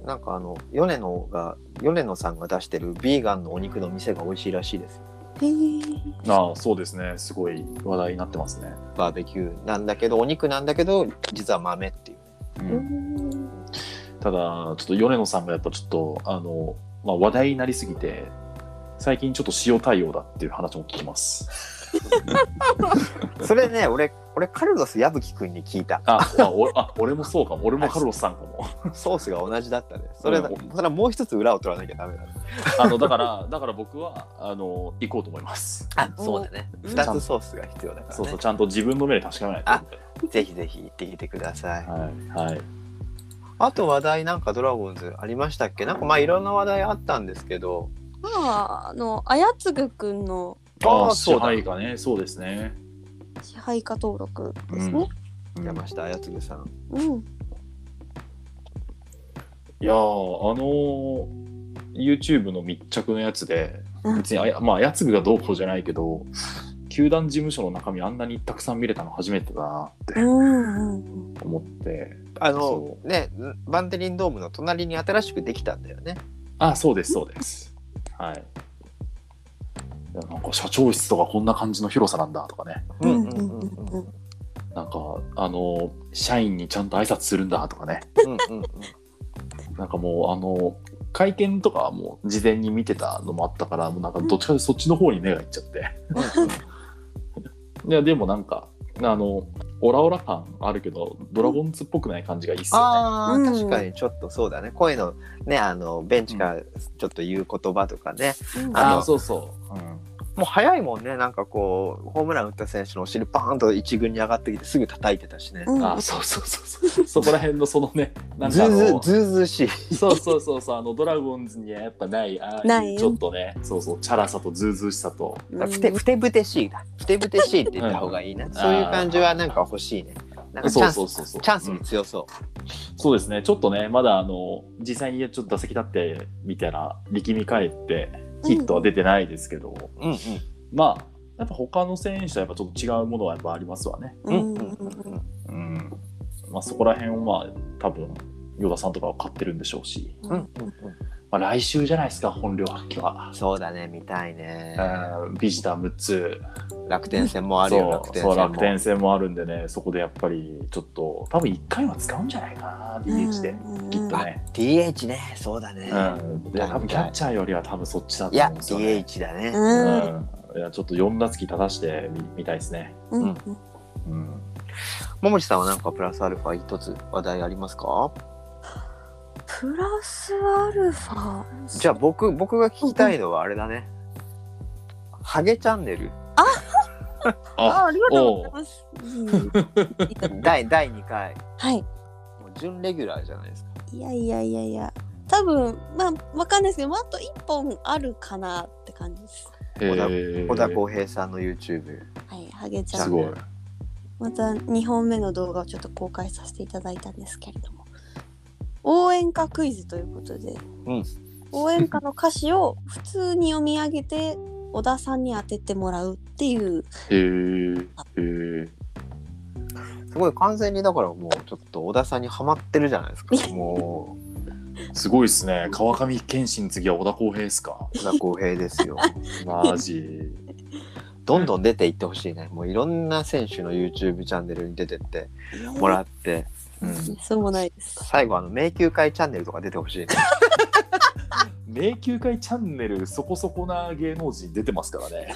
[SPEAKER 1] なんかあの、米野が、米野さんが出してるビーガンのお肉の店が美味しいらしいですよ。
[SPEAKER 2] う。へー
[SPEAKER 3] ああ、そうですね。すごい話題になってますね。
[SPEAKER 1] バーベキューなんだけど、お肉なんだけど、実は豆っていう。
[SPEAKER 3] うん、ただ、ちょっと米野さんがやっぱちょっと、あの、まあ、話題になりすぎて、最近ちょっと塩対応だっていう話も聞きます。
[SPEAKER 1] それね、俺、俺、カルロス矢吹くんに聞いた。
[SPEAKER 3] あ、 *laughs* あおあ俺もそうかも。俺もカルロスさんかも。
[SPEAKER 1] ソースが同じだったね。それだ、
[SPEAKER 3] うん
[SPEAKER 1] それはもう一つ裏を取らなきゃダメだね。
[SPEAKER 3] あの、だから、だから僕は、あの、行こうと思います。
[SPEAKER 1] あ、そうだね。
[SPEAKER 2] うん
[SPEAKER 1] 二つソースが必要だから、ね。
[SPEAKER 3] そうそう、ちゃんと自分の目で確かめないと。
[SPEAKER 1] あぜひぜひ行ってきてください。
[SPEAKER 3] はい。はい。
[SPEAKER 1] あと話題なんかドラゴンズありましたっけなんかまあいろんな話題あったんですけど、
[SPEAKER 2] まああのあやつぐくんの
[SPEAKER 1] あー
[SPEAKER 3] あ
[SPEAKER 1] そ
[SPEAKER 3] あ、支
[SPEAKER 1] うだ
[SPEAKER 3] 配がね、そうですね。
[SPEAKER 2] 支配下登録ですね。
[SPEAKER 3] うん
[SPEAKER 1] 山下綾次さん。
[SPEAKER 2] うん。
[SPEAKER 3] いやー、あのー、YouTube の密着のやつで、
[SPEAKER 2] うん
[SPEAKER 3] 別にあや、まあ、やつぐがどうこうじゃないけど、球団事務所の中身あんなにたくさん見れたの初めてだな
[SPEAKER 2] う
[SPEAKER 3] っ
[SPEAKER 2] んうん
[SPEAKER 3] て思って、
[SPEAKER 1] あの
[SPEAKER 3] そ
[SPEAKER 1] ね、バンテリンドームの隣に新しくできたんだよね。
[SPEAKER 3] あ、そうです、そうです。はい。いやなんか社長室とかこんな感じの広さなんだとかね、
[SPEAKER 2] うん
[SPEAKER 1] う
[SPEAKER 2] う
[SPEAKER 1] う
[SPEAKER 2] んん
[SPEAKER 1] ん
[SPEAKER 2] う
[SPEAKER 1] うん
[SPEAKER 2] ん
[SPEAKER 1] う
[SPEAKER 2] うんん。
[SPEAKER 3] なんか、あのー、社員にちゃんと挨拶するんだとかね、
[SPEAKER 1] うん
[SPEAKER 3] なんかもう、あのー、会見とかはもう事前に見てたのもあったから、もうなんかどっちかというとそっちの方に目がいっちゃって。いやでもなんかあのオラオラ感あるけどドラゴンズっぽくない感じがいいっすよね。
[SPEAKER 1] ああ、
[SPEAKER 2] うん
[SPEAKER 1] 確かにちょっとそうだね。声のね、あの、ベンチからちょっと言う言葉とかね。
[SPEAKER 2] うん
[SPEAKER 1] あ
[SPEAKER 3] あ
[SPEAKER 1] の
[SPEAKER 3] あそうそう。うん
[SPEAKER 1] もう早いもんね、なんかこう、ホームラン打った選手のお尻パーンと一軍に上がってきてすぐ叩いてたしね。
[SPEAKER 2] うん
[SPEAKER 3] あーそうそうそうそう *laughs* そこら辺のそのねなん
[SPEAKER 1] ず
[SPEAKER 3] かあ
[SPEAKER 1] うず
[SPEAKER 3] の
[SPEAKER 1] うずうずうしい。
[SPEAKER 3] そうそうそうそうあのドラゴンズにはやっぱないああう
[SPEAKER 2] ない
[SPEAKER 3] ちょっとねそうそうチャラさとズうずうしさと
[SPEAKER 2] うん
[SPEAKER 1] ふてふてぶてしいだ。ふてぶてしいって言った方がいいな。そういう感じはなんか欲しいね。なんかチ
[SPEAKER 3] そ
[SPEAKER 1] ャ
[SPEAKER 3] う
[SPEAKER 1] ンス
[SPEAKER 3] そうそうそう
[SPEAKER 1] チャンス
[SPEAKER 3] う
[SPEAKER 1] に
[SPEAKER 3] ん
[SPEAKER 1] 強そう。
[SPEAKER 3] そうですねちょっとねまだあの実際にちょっと打席立ってみたら力み返ってヒットは出てないですけど、
[SPEAKER 1] うんうん。
[SPEAKER 3] まあやっぱ他の選手とはやっぱちょっと違うものはやっぱありますわね。
[SPEAKER 2] うんうん
[SPEAKER 3] うんまあ、そこら辺をまあ多分与田さんとかは買ってるんでしょうし、
[SPEAKER 2] うんうん
[SPEAKER 3] まあ、来週じゃないですか本領発揮は、
[SPEAKER 1] そうだね、見たいね。
[SPEAKER 3] うんビジター6つ
[SPEAKER 1] 楽天戦もあるよ、
[SPEAKER 3] そ
[SPEAKER 1] 楽
[SPEAKER 3] う
[SPEAKER 1] 天
[SPEAKER 3] そう
[SPEAKER 1] 戦
[SPEAKER 3] 楽
[SPEAKER 1] も。
[SPEAKER 3] 天戦もあるんでねそこでやっぱりちょっと多分1回は使うんじゃないかな DH で、きっとね、
[SPEAKER 1] DH ね、そうだね。
[SPEAKER 3] うん、で多分キャッチャーよりは多分そっちだ
[SPEAKER 1] い
[SPEAKER 3] と思
[SPEAKER 1] や、
[SPEAKER 3] うんですよね
[SPEAKER 1] DH だね。
[SPEAKER 3] う
[SPEAKER 2] うん
[SPEAKER 3] んいやちょっと4打席立たしてみみたいですね、
[SPEAKER 2] うんうん
[SPEAKER 3] うん、
[SPEAKER 1] 桃地さんはなんかプラスアルファ一つ話題ありますか
[SPEAKER 2] プラスアルファ
[SPEAKER 1] じゃあ僕、僕が聞きたいのはあれだね。ハゲチャンネ *laughs* ル
[SPEAKER 3] あ、
[SPEAKER 2] ありがとうございます。うん
[SPEAKER 1] 第第2回
[SPEAKER 2] はい。
[SPEAKER 1] もう準レギュラーじゃないですか
[SPEAKER 2] いやいやいやいや。多分まあわかんないですけど、あと一本あるかなって感じです。
[SPEAKER 3] へ
[SPEAKER 1] 田
[SPEAKER 3] ー
[SPEAKER 1] 小田浩平さんの YouTube
[SPEAKER 2] はい、ハゲちゃ
[SPEAKER 3] す
[SPEAKER 2] ん。
[SPEAKER 3] ごい。
[SPEAKER 2] また2本目の動画をちょっと公開させていただいたんですけれども応援歌クイズということで、
[SPEAKER 1] うん
[SPEAKER 2] 応援歌の歌詞を普通に読み上げて小田さんに当ててもらうっていう
[SPEAKER 3] へえ。へえ。
[SPEAKER 1] すごい完全にだからもうちょっと小田さんにはまってるじゃないですかも
[SPEAKER 3] すごいですね。川上健信次は小田浩平ですか。
[SPEAKER 1] う小田浩平ですよ
[SPEAKER 3] マジ。
[SPEAKER 1] どんどん出ていってほしいねもういろんな選手の YouTube チャンネルに出てってもらって、うん、
[SPEAKER 2] そうもないです。
[SPEAKER 1] 最後あの迷宮会チャンネルとか出てほしいね
[SPEAKER 3] 迷宮会チャンネルそこそこな芸能人出てますからね。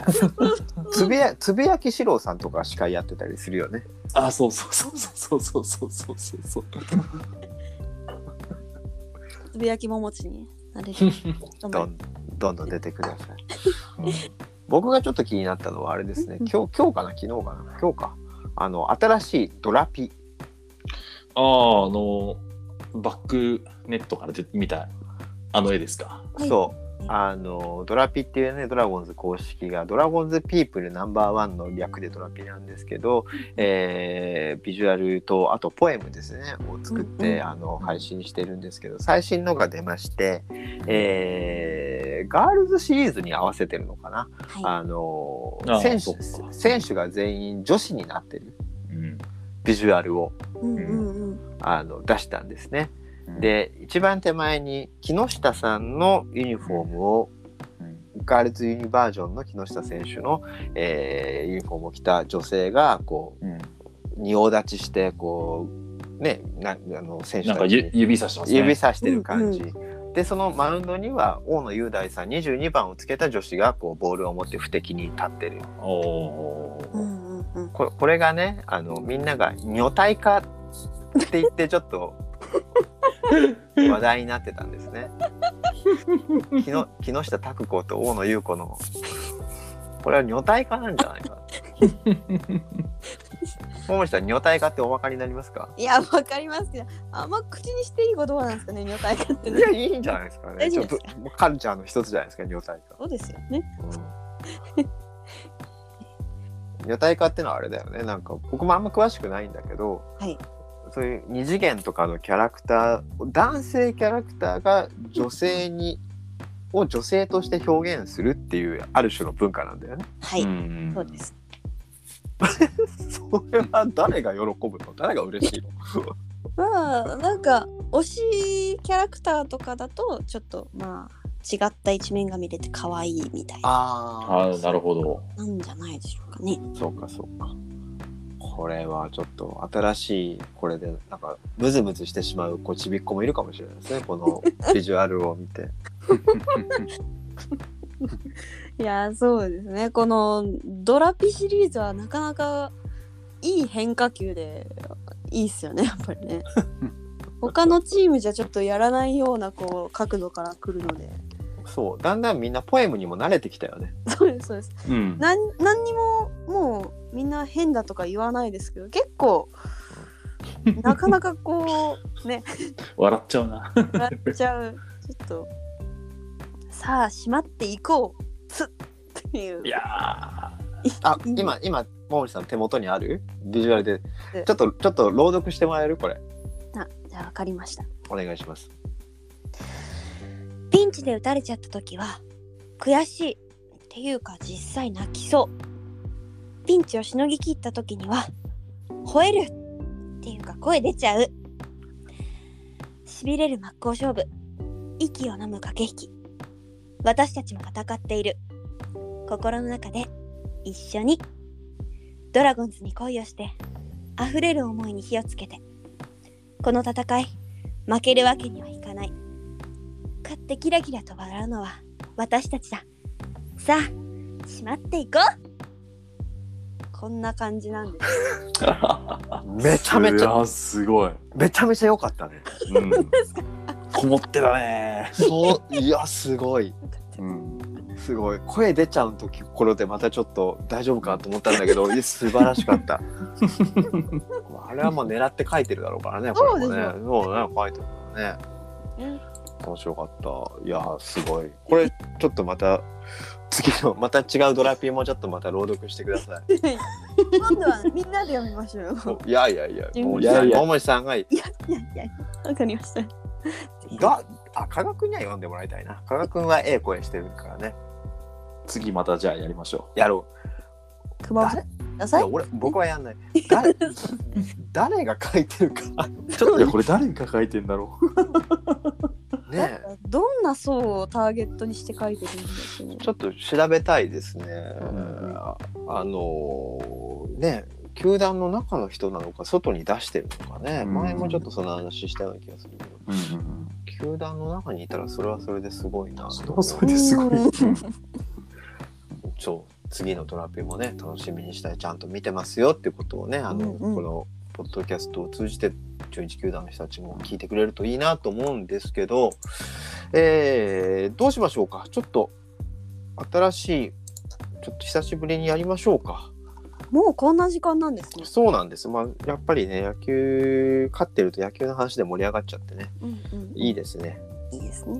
[SPEAKER 1] つぶやつぶやきしろうさんとか司会やってたりするよね
[SPEAKER 3] *laughs* あ、そうそうそうそうそうそうそうそうそう。
[SPEAKER 2] つぶやきももちになれる頑張
[SPEAKER 1] ど
[SPEAKER 2] り
[SPEAKER 1] んどんどん出てください僕がちょっと気になったのはあれですね今日今日かな昨日かな今日かあの新しいドラピ
[SPEAKER 3] ああ、あのバックネットから出てみたいあの絵ですか。
[SPEAKER 2] はい
[SPEAKER 1] そうあのドラピっていうねドラゴンズ公式がドラゴンズピープルナンバーワンの略でドラピなんですけど、えービジュアルとあとポエムですねを作っ
[SPEAKER 2] うん
[SPEAKER 1] て、あの配信してるんですけど最新のが出まして、えーガールズシリーズに合わせてるのかな、
[SPEAKER 2] はい
[SPEAKER 1] あの
[SPEAKER 3] あー
[SPEAKER 1] 選
[SPEAKER 3] そ
[SPEAKER 1] 手
[SPEAKER 3] っか
[SPEAKER 1] 選手が全員女子になってる
[SPEAKER 3] うん。
[SPEAKER 1] ビジュアルを
[SPEAKER 2] うんうんうん
[SPEAKER 1] あの出したんですね。で一番手前に木下さんのユニフォームを
[SPEAKER 3] うん、
[SPEAKER 1] ガールズユニバージョンの木下選手の、えーユニフォームを着た女性がこ
[SPEAKER 3] うん
[SPEAKER 1] う仁王立ちしてこうねなあの選手
[SPEAKER 3] なん
[SPEAKER 1] た
[SPEAKER 3] か
[SPEAKER 1] ち
[SPEAKER 3] ゆ
[SPEAKER 1] に
[SPEAKER 3] 指さしてますね。
[SPEAKER 1] 指さしてる感じ、でそのマウンドには大野雄大さん22番をつけた女子がこうボールを持って不敵に立ってる
[SPEAKER 3] おお
[SPEAKER 2] う
[SPEAKER 3] ー。
[SPEAKER 2] んうんうん
[SPEAKER 1] これこれがねあのみんなが女体化って言ってちょっ *laughs* と話題になってたんですね。木の木下拓子と大野優子のこれは女体化なんじゃないか。桃地さん女体化ってお分かりになりますか
[SPEAKER 2] いやわかりますけどあんま口にしていい言葉なんですかね女体化って
[SPEAKER 1] い
[SPEAKER 2] ね
[SPEAKER 1] やいいんじゃないですかね。
[SPEAKER 2] 大
[SPEAKER 1] ち
[SPEAKER 2] 丈
[SPEAKER 1] ょ
[SPEAKER 2] 夫
[SPEAKER 1] っ
[SPEAKER 2] で
[SPEAKER 1] と
[SPEAKER 2] す
[SPEAKER 1] カルチャーの一つじゃないですか女体化。
[SPEAKER 2] そうですよね
[SPEAKER 1] *laughs* うん女体化ってのはあれだよねなんか僕もあんま詳しくないんだけど、
[SPEAKER 2] はい
[SPEAKER 1] そういう二次元とかのキャラクター男性キャラクターが女性にを女性として表現するっていうある種の文化なんだよね。 *laughs*
[SPEAKER 2] はい、
[SPEAKER 3] ん
[SPEAKER 2] そうです
[SPEAKER 1] それは誰が喜ぶの誰が嬉しいの
[SPEAKER 2] まあなんか推しキャラクターとかだとちょっとまあ違った一面が見れて可愛いみたいな
[SPEAKER 1] あ
[SPEAKER 3] ああ、なるほど。
[SPEAKER 2] なんじゃないでしょうかね。
[SPEAKER 1] あそうかそうか。これはちょっと新しいこれでなんかムズムズしてしまうこうちびっ子もいるかもしれないですねこ
[SPEAKER 2] *laughs*
[SPEAKER 1] のビジュアルを見て。
[SPEAKER 2] いやそうですねこのドラピシリーズはなかなかいい変化球でいいっすよねやっぱり *laughs* ね。他のチームじゃちょっとやらないようなこう角度から来るので
[SPEAKER 1] そうだんだんみんなポエムにも慣れてきたよね。
[SPEAKER 2] そうですそうです
[SPEAKER 3] うん。
[SPEAKER 2] なん何にももうみんな変だとか言わないですけど結構なかなかこうね
[SPEAKER 3] 笑っちゃうな。 *laughs*
[SPEAKER 2] なっちゃう。ちょっと。さあ、閉まっていこう。つっていう。
[SPEAKER 3] いや
[SPEAKER 1] あ今今桃地さん手元にあるビジュアルで
[SPEAKER 2] え
[SPEAKER 1] ちょっとちょっと朗読してもらえるこれ
[SPEAKER 2] なじゃあ、わかりました。
[SPEAKER 1] お願いします。
[SPEAKER 2] ピンチで打たれちゃった時は、悔しい。っていうか、実際泣きそう。ピンチをしのぎきった時には、吠える。っていうか、声出ちゃう。しびれる真っ向勝負。息を飲む駆け引き。私たちも戦っている。心の中で一緒にドラゴンズに恋をして溢れる思いに火をつけてこの戦い負けるわけにはいかない勝ってキラキラと笑うのは私たちださあしまっていこうこんな感じなんです
[SPEAKER 3] ー。
[SPEAKER 1] めちゃめち
[SPEAKER 3] い
[SPEAKER 1] ゃ
[SPEAKER 3] やすごい。
[SPEAKER 1] めちゃめちゃ良かったね。 *laughs*
[SPEAKER 3] うん。こもってたね。
[SPEAKER 1] そういやすごい。
[SPEAKER 3] うん。
[SPEAKER 1] すごい声出ちゃうときころでまたちょっと大丈夫かと思ったんだけどいや素晴らしかったあれはもう狙って書いてるだろうからねこれもねそうね書いてるからね面白かったいやーすごいこれちょっとまた次のまた違うドラピーもちょっとまた朗読してください
[SPEAKER 2] 今度はみんなで読みましょうよ。
[SPEAKER 1] おいやいやいや
[SPEAKER 2] 準
[SPEAKER 1] 桃
[SPEAKER 3] 備いやいや
[SPEAKER 1] 地さんが
[SPEAKER 2] いやいや、わかりました。
[SPEAKER 1] があ加賀君には読んでもらいたいな加賀君はええ声してるからね
[SPEAKER 3] 次またじゃあやりましょ
[SPEAKER 1] やろ
[SPEAKER 2] 熊本
[SPEAKER 1] うい
[SPEAKER 2] さんください
[SPEAKER 1] や。俺僕はやんない誰 *laughs* 誰が書いてるか
[SPEAKER 3] う。ちょっと、いや、これ誰が書いてんだろう。
[SPEAKER 1] ね
[SPEAKER 2] どんな層をターゲットにして書いてるんですか
[SPEAKER 1] ちょっと調べたいですね。
[SPEAKER 3] ん
[SPEAKER 1] あのーね球団の中の人なのか外に出してるのかね、
[SPEAKER 3] うん
[SPEAKER 1] 前もちょっとその話したような気がするけど
[SPEAKER 3] うんうん
[SPEAKER 1] 球団の中にいたらそれはそれですごいな
[SPEAKER 3] うん。それはそれですごい。
[SPEAKER 2] うん
[SPEAKER 1] そう次のトラピもね楽しみにしたいちゃんと見てますよってことをねあの、
[SPEAKER 2] うんうん
[SPEAKER 1] このポッドキャストを通じて中日球団の人たちも聞いてくれるといいなと思うんですけど、えーどうしましょうかちょっと新しいちょっと久しぶりにやりましょうか。
[SPEAKER 2] もうこんな時間なんですね。
[SPEAKER 1] そうなんです。まあ、やっぱりね、野球、勝ってると野球の話で盛り上がっちゃってね、
[SPEAKER 2] うんうん、
[SPEAKER 1] いいですね。
[SPEAKER 2] いいですね。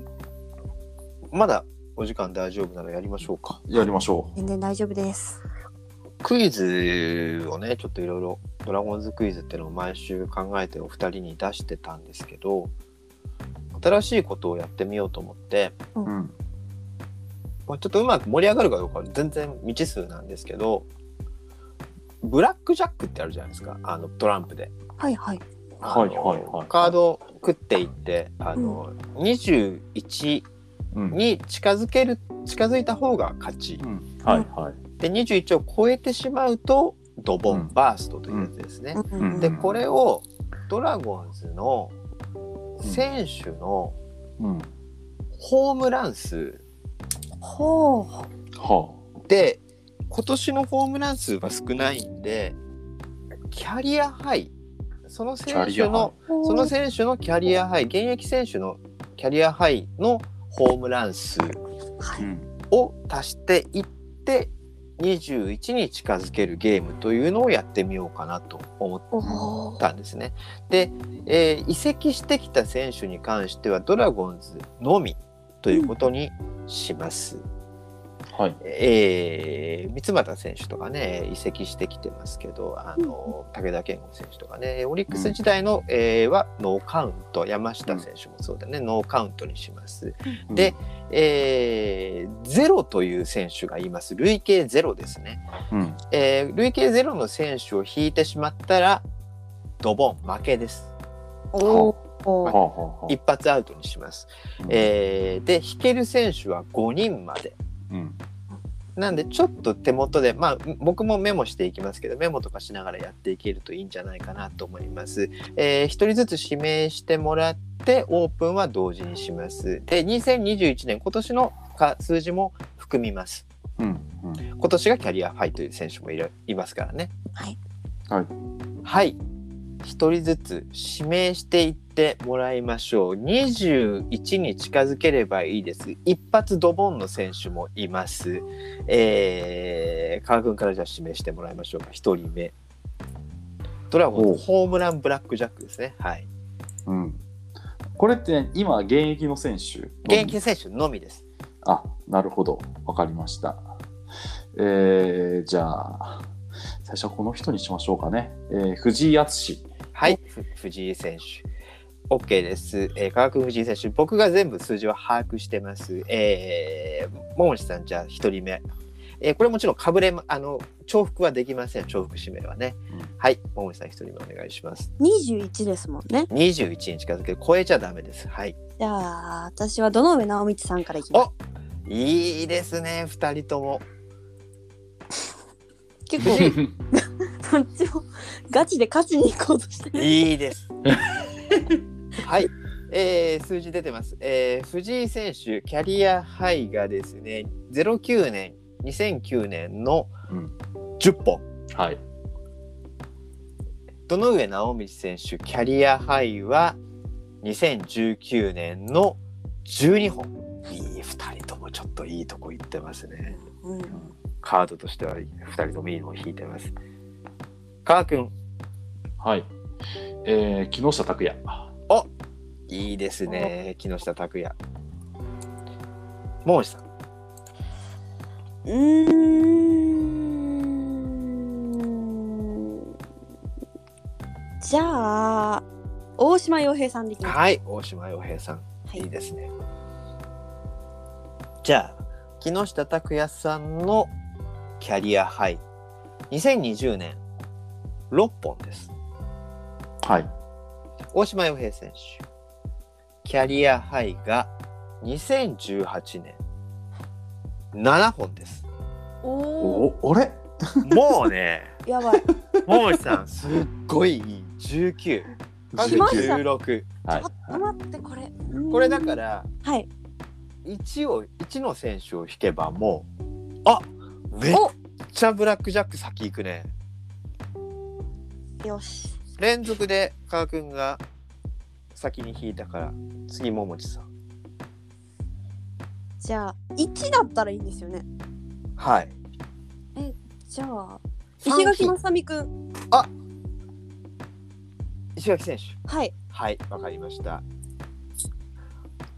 [SPEAKER 1] まだお時間大丈夫ならやりましょうか。
[SPEAKER 3] やりましょ
[SPEAKER 2] 全然大丈夫です。
[SPEAKER 1] クイズをね、ちょっといろいろ、ドラゴンズクイズっていうのを毎週考えてお二人に出してたんですけど、新しいことをやってみようと思って、
[SPEAKER 3] う。うん。
[SPEAKER 1] まあ、ちょっとうまく盛り上がるかどうかは全然未知数なんですけど、ブラックジャックってあるじゃないですか、あのトランプで。
[SPEAKER 2] はいはい。
[SPEAKER 3] はいはいはい
[SPEAKER 1] カードを食っていって、あの、21
[SPEAKER 3] うん。
[SPEAKER 1] に近づける近づいた方が勝ち
[SPEAKER 3] うんはいはい。
[SPEAKER 1] で21を超えてしまうとドボンバーストというやつですね、
[SPEAKER 2] うんうん
[SPEAKER 3] うん
[SPEAKER 1] でこれをドラゴンズの選手の
[SPEAKER 3] うん。
[SPEAKER 1] ホームラン数
[SPEAKER 2] ほう。
[SPEAKER 3] は
[SPEAKER 1] で今年のホームラン数は少ないんでキャリアハイその選
[SPEAKER 3] キャリ
[SPEAKER 1] 手
[SPEAKER 3] アハイ
[SPEAKER 1] のその選手のキャリアハイ現役選手のキャリアハイのホームラン数
[SPEAKER 3] あ。うん。
[SPEAKER 1] を足していって21に近づけるゲームというのをやってみようかなと思っ
[SPEAKER 2] おー
[SPEAKER 1] たんですね。で、えー移籍してきた選手に関してはドラゴンズのみということにします。
[SPEAKER 3] はい。
[SPEAKER 1] えー三俣選手とかね移籍してきてますけどあの武田健吾選手とかねオリックス時代の、えーはノーカウント山下選手もそうだね、ノーカウントにします。で、えーゼロという選手がいます累計ゼロですね、
[SPEAKER 3] うん。
[SPEAKER 1] えー累計ゼロの選手を引いてしまったらドボン負けです
[SPEAKER 2] お
[SPEAKER 3] はあ
[SPEAKER 2] ー。
[SPEAKER 3] は
[SPEAKER 1] 一発アウトにします、
[SPEAKER 3] あ。
[SPEAKER 1] えーで引ける選手は5人まで
[SPEAKER 3] うん。
[SPEAKER 1] なんでちょっと手元でまあ僕もメモしていきますけどメモとかしながらやっていけるといいんじゃないかなと思います。え1人ずつ指名してもらってオープンは同時にします。で2021年今年のか数字も含みます。
[SPEAKER 3] うん。うん。
[SPEAKER 1] 今年がキャリアハイという選手もいるいますからね。
[SPEAKER 2] はい。
[SPEAKER 3] はい。
[SPEAKER 1] はい。1人ずつ指名していってもらいましょう。21に近づければいいです。一発ドボンの選手もいます。えー、川君からじゃあ指名してもらいましょうか。1人目。ドラゴン
[SPEAKER 3] おう
[SPEAKER 1] ズホームランブラックジャックですね。はい。
[SPEAKER 3] うん。これって今現役の選手
[SPEAKER 1] 現役選手のみです。
[SPEAKER 3] あなるほどわかりましたえー、じゃあ最初はこの人にしましょうかね、えー、藤井敦
[SPEAKER 1] はい。ふ藤井選手。OK です。えー、川君藤井選手。僕が全部数字は把握してます。えー、桃地さん、じゃあ1人目。えーこれもちろんかぶれま、あの、重複はできません。重複指名はね。
[SPEAKER 3] うん
[SPEAKER 1] はい。桃地さん、1人目お願いします。
[SPEAKER 2] 二十一ですもんね。
[SPEAKER 1] 21に近づける。超えちゃダメです。はい。
[SPEAKER 2] じゃあ私はどの上直道さんからいきます。
[SPEAKER 1] おいいですね、2人とも。
[SPEAKER 2] 結構
[SPEAKER 1] 藤
[SPEAKER 2] *laughs*
[SPEAKER 1] 井、
[SPEAKER 2] どっちもガチで勝ちに行こうとしてる。
[SPEAKER 1] いい
[SPEAKER 3] *laughs*
[SPEAKER 1] です。はい、えー数字出てます、えー藤井選手、キャリアハイがですね、09年、2009年の
[SPEAKER 3] うん
[SPEAKER 1] 10本。
[SPEAKER 3] はい
[SPEAKER 1] どの上直道選手、キャリアハイは2019年の12本。いい、2人ともちちょっといいとこ行ってますね。
[SPEAKER 2] うん、
[SPEAKER 1] カードとしては2人ともいいのを引いてます。カー君、
[SPEAKER 3] はい。えー、木下拓也。
[SPEAKER 1] いいですね。木下拓也。モンシさん。
[SPEAKER 2] うーんじゃあ大島洋平さんでいきます
[SPEAKER 1] はい、大島洋平さん。
[SPEAKER 2] はい
[SPEAKER 1] いいですね。じゃあ、木下拓也さんのキャリアハイ。2020年、6本です。
[SPEAKER 3] はい。
[SPEAKER 1] 大島洋平選手キャリアハイが2018年7本
[SPEAKER 2] *laughs*
[SPEAKER 1] です
[SPEAKER 2] おお
[SPEAKER 3] お、あれ
[SPEAKER 1] もうね
[SPEAKER 2] やばい
[SPEAKER 1] 桃地さんすっごいいい19
[SPEAKER 2] 来ました
[SPEAKER 1] 16
[SPEAKER 3] はい
[SPEAKER 2] あ。待ってこれ
[SPEAKER 1] これだから
[SPEAKER 2] はい
[SPEAKER 1] 1を1の選手を引けばもうあめっ
[SPEAKER 2] お
[SPEAKER 1] ちゃブラックジャック先行くね
[SPEAKER 2] よし
[SPEAKER 1] 連続で加賀君が先に引いたから次桃地さん
[SPEAKER 2] じゃあ1だったらいいんですよね
[SPEAKER 1] はい
[SPEAKER 2] じゃあ
[SPEAKER 1] 三
[SPEAKER 2] 石
[SPEAKER 1] 引
[SPEAKER 2] 垣正美くん
[SPEAKER 1] 石垣選手
[SPEAKER 2] はい
[SPEAKER 1] はい、わかりました。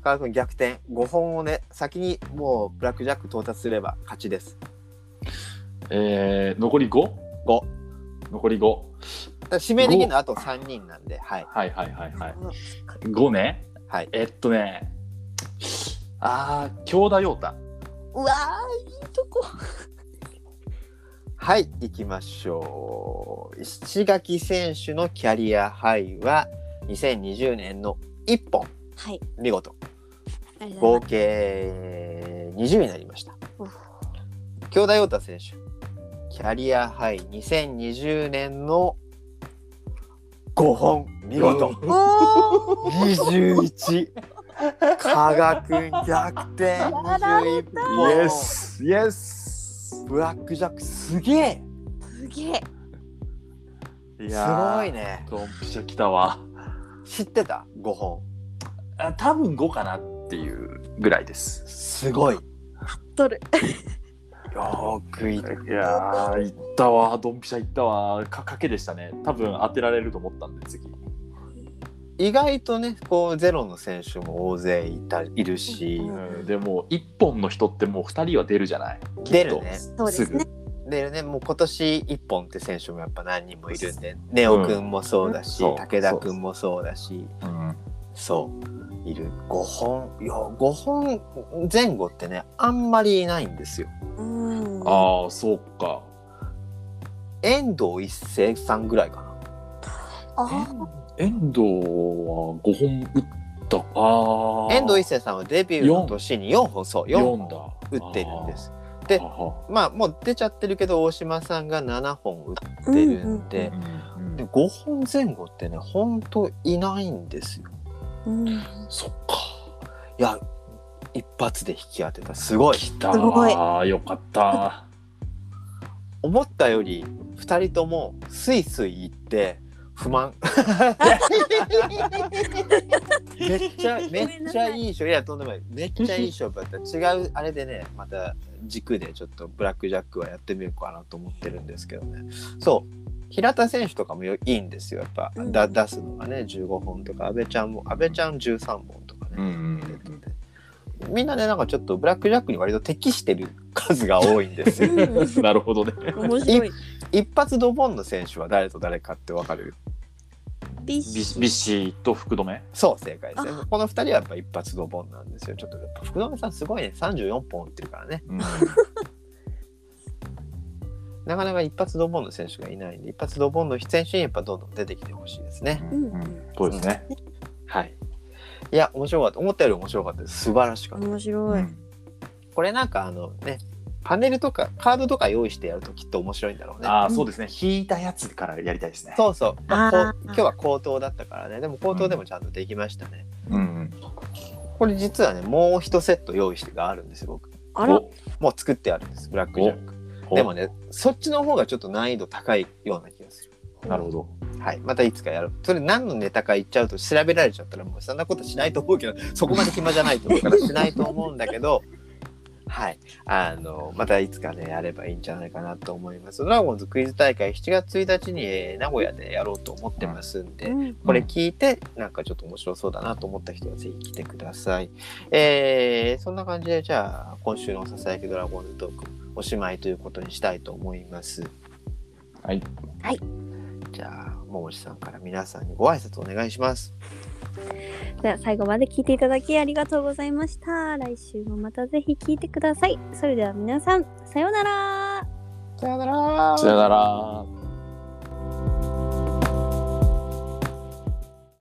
[SPEAKER 1] 川君逆転、5本をね、先にもうブラックジャック到達すれば勝ちです。
[SPEAKER 3] えー、残り 5?
[SPEAKER 1] 5。
[SPEAKER 3] 残り5。
[SPEAKER 1] ただ指名できるのはあと3人なんで、はい。
[SPEAKER 3] はいはいはいはい。
[SPEAKER 2] うん
[SPEAKER 3] 5ね。
[SPEAKER 1] はい。
[SPEAKER 3] えっとね。あー、京田陽太。
[SPEAKER 2] うわーいいとこ
[SPEAKER 1] はい、行きましょう。七垣選手のキャリアハイは2020年の1本、
[SPEAKER 2] はい
[SPEAKER 1] 見事、
[SPEAKER 2] ありがとう
[SPEAKER 1] 合
[SPEAKER 2] ござい
[SPEAKER 1] 計20になりました
[SPEAKER 2] うん。
[SPEAKER 1] 兄弟太選手、キャリアハイ2020年の5本、見事。
[SPEAKER 2] ますおー
[SPEAKER 1] 21加賀くん逆転
[SPEAKER 2] やら
[SPEAKER 1] 21
[SPEAKER 3] イ
[SPEAKER 1] 本
[SPEAKER 3] エスイエス
[SPEAKER 1] ブラックジャックすげえ
[SPEAKER 2] すげえ
[SPEAKER 3] い
[SPEAKER 1] す
[SPEAKER 3] や
[SPEAKER 1] ご
[SPEAKER 3] ー
[SPEAKER 1] いね
[SPEAKER 3] ドンピシャ来たわ。
[SPEAKER 1] 知ってた5本
[SPEAKER 3] あ多分5かなっていうぐらいです。
[SPEAKER 1] すごい
[SPEAKER 2] 取る
[SPEAKER 1] よーくい
[SPEAKER 3] いやー、いったわ、ドンピシャいったわ、か賭けでしたね。多分当てられると思ったんで、次。
[SPEAKER 1] 意外とねこうゼロの選手も大勢いたいるし
[SPEAKER 2] う
[SPEAKER 3] うん、でも、1本の人ってもう2人は出るじゃない。
[SPEAKER 1] 出るね
[SPEAKER 2] そうですね
[SPEAKER 1] 出るねもう今年1本って選手もやっぱ何人もいるんでネオくんもそうだし、
[SPEAKER 3] うんそう
[SPEAKER 1] 武田くんもそうだし
[SPEAKER 3] すぐ。うん、
[SPEAKER 1] そういる5本いや5本前後ってねあんまりいないんですよ
[SPEAKER 2] うん
[SPEAKER 3] ああ、そうか。
[SPEAKER 1] 遠藤一成さんぐらいかな
[SPEAKER 2] あ
[SPEAKER 3] 遠藤は5本打った。ああ。
[SPEAKER 1] 遠藤一成さんはデビューの年に4本そう4
[SPEAKER 3] 4
[SPEAKER 1] 本
[SPEAKER 3] だ。
[SPEAKER 1] 打ってるんです
[SPEAKER 3] あ
[SPEAKER 1] で
[SPEAKER 3] ー。はは
[SPEAKER 1] まあもう出ちゃってるけど大島さんが7本打ってるんで,、
[SPEAKER 3] うんうん
[SPEAKER 1] で5本前後ってねほんといないんですよ
[SPEAKER 2] うんうん
[SPEAKER 3] そっか。
[SPEAKER 1] いや一発で引き当てたすごい
[SPEAKER 3] 来た
[SPEAKER 2] すご
[SPEAKER 3] わ。よかった。
[SPEAKER 1] 思ったより2人ともスイスイ行って不満めっちゃめっちゃいい勝負いやとんでもないめっちゃいい勝負だった違うあれでねまた軸でちょっとブラックジャックはやってみようかなと思ってるんですけどねそう平田選手とかもよいいんですよやっぱ、
[SPEAKER 2] うん
[SPEAKER 1] だ出すのがね15本とか阿部ちゃんも阿部ちゃん13本とかね、
[SPEAKER 3] うんうん
[SPEAKER 1] 出ててみんなねなんかちょっとブラックジャックに割と適してる数が多いんですよ
[SPEAKER 3] うんなるほどね。
[SPEAKER 2] 面白い
[SPEAKER 1] 一発ドボンの選手は誰と誰かってわかる
[SPEAKER 2] ビッ
[SPEAKER 3] ビ
[SPEAKER 2] シ
[SPEAKER 3] シビシと福留。
[SPEAKER 1] そう正解ですね
[SPEAKER 2] あ
[SPEAKER 1] この2人はやっぱ一発ドボンなんですよちょっとやっぱ福留さんすごいね34本打ってるからね
[SPEAKER 3] うん
[SPEAKER 1] なかなか一発ドボンの選手がいないんで一発ドボンの選手にやっぱどんどん出てきてほしいですね
[SPEAKER 3] うんうんそうですね。
[SPEAKER 1] はいいや面白かった思ったより面白かったです素晴らしかった
[SPEAKER 2] 面白い、
[SPEAKER 3] うん
[SPEAKER 1] これなんかあのねパネルとかカードとか用意してやるときっと面白いんだろうね
[SPEAKER 3] ああ、
[SPEAKER 2] うん
[SPEAKER 3] そうですね。引いたやつからやりたいですね。
[SPEAKER 1] そうそう、まあこう
[SPEAKER 2] あー
[SPEAKER 1] 今日は口頭だったからねでも口頭でもちゃんとできましたね、
[SPEAKER 3] うん
[SPEAKER 1] これ実はねもう一セット用意してがあるんですよ僕
[SPEAKER 2] あら
[SPEAKER 1] もう作ってあるんですブラックジャック
[SPEAKER 3] お
[SPEAKER 1] でもねそっちの方がちょっと難易度高いような気がする
[SPEAKER 3] なるほど。
[SPEAKER 1] はいまたいつかやろうそれ何のネタか言っちゃうと調べられちゃったらもうそんなことしないと思うけどそこまで暇じゃないと思うからしないと思うんだけど *laughs* はい。あの、またいつかね、やればいいんじゃないかなと思います。ドラゴンズクイズ大会7月1日に、えー名古屋でやろうと思ってますんで、
[SPEAKER 2] うん
[SPEAKER 1] これ聞いて、なんかちょっと面白そうだなと思った人はぜひ来てください。えー、そんな感じで、じゃあ、今週のささやきドラゴンズトーク、おしまいということにしたいと思います。
[SPEAKER 3] はい。
[SPEAKER 2] はい。
[SPEAKER 1] じゃあ、桃地さんから皆さんにご挨拶お願いします。
[SPEAKER 2] では最後まで聞いていただきありがとうございました。来週もまたぜひ聞いてください。それでは皆さん、さようなら。
[SPEAKER 1] さよなら
[SPEAKER 3] さよなら。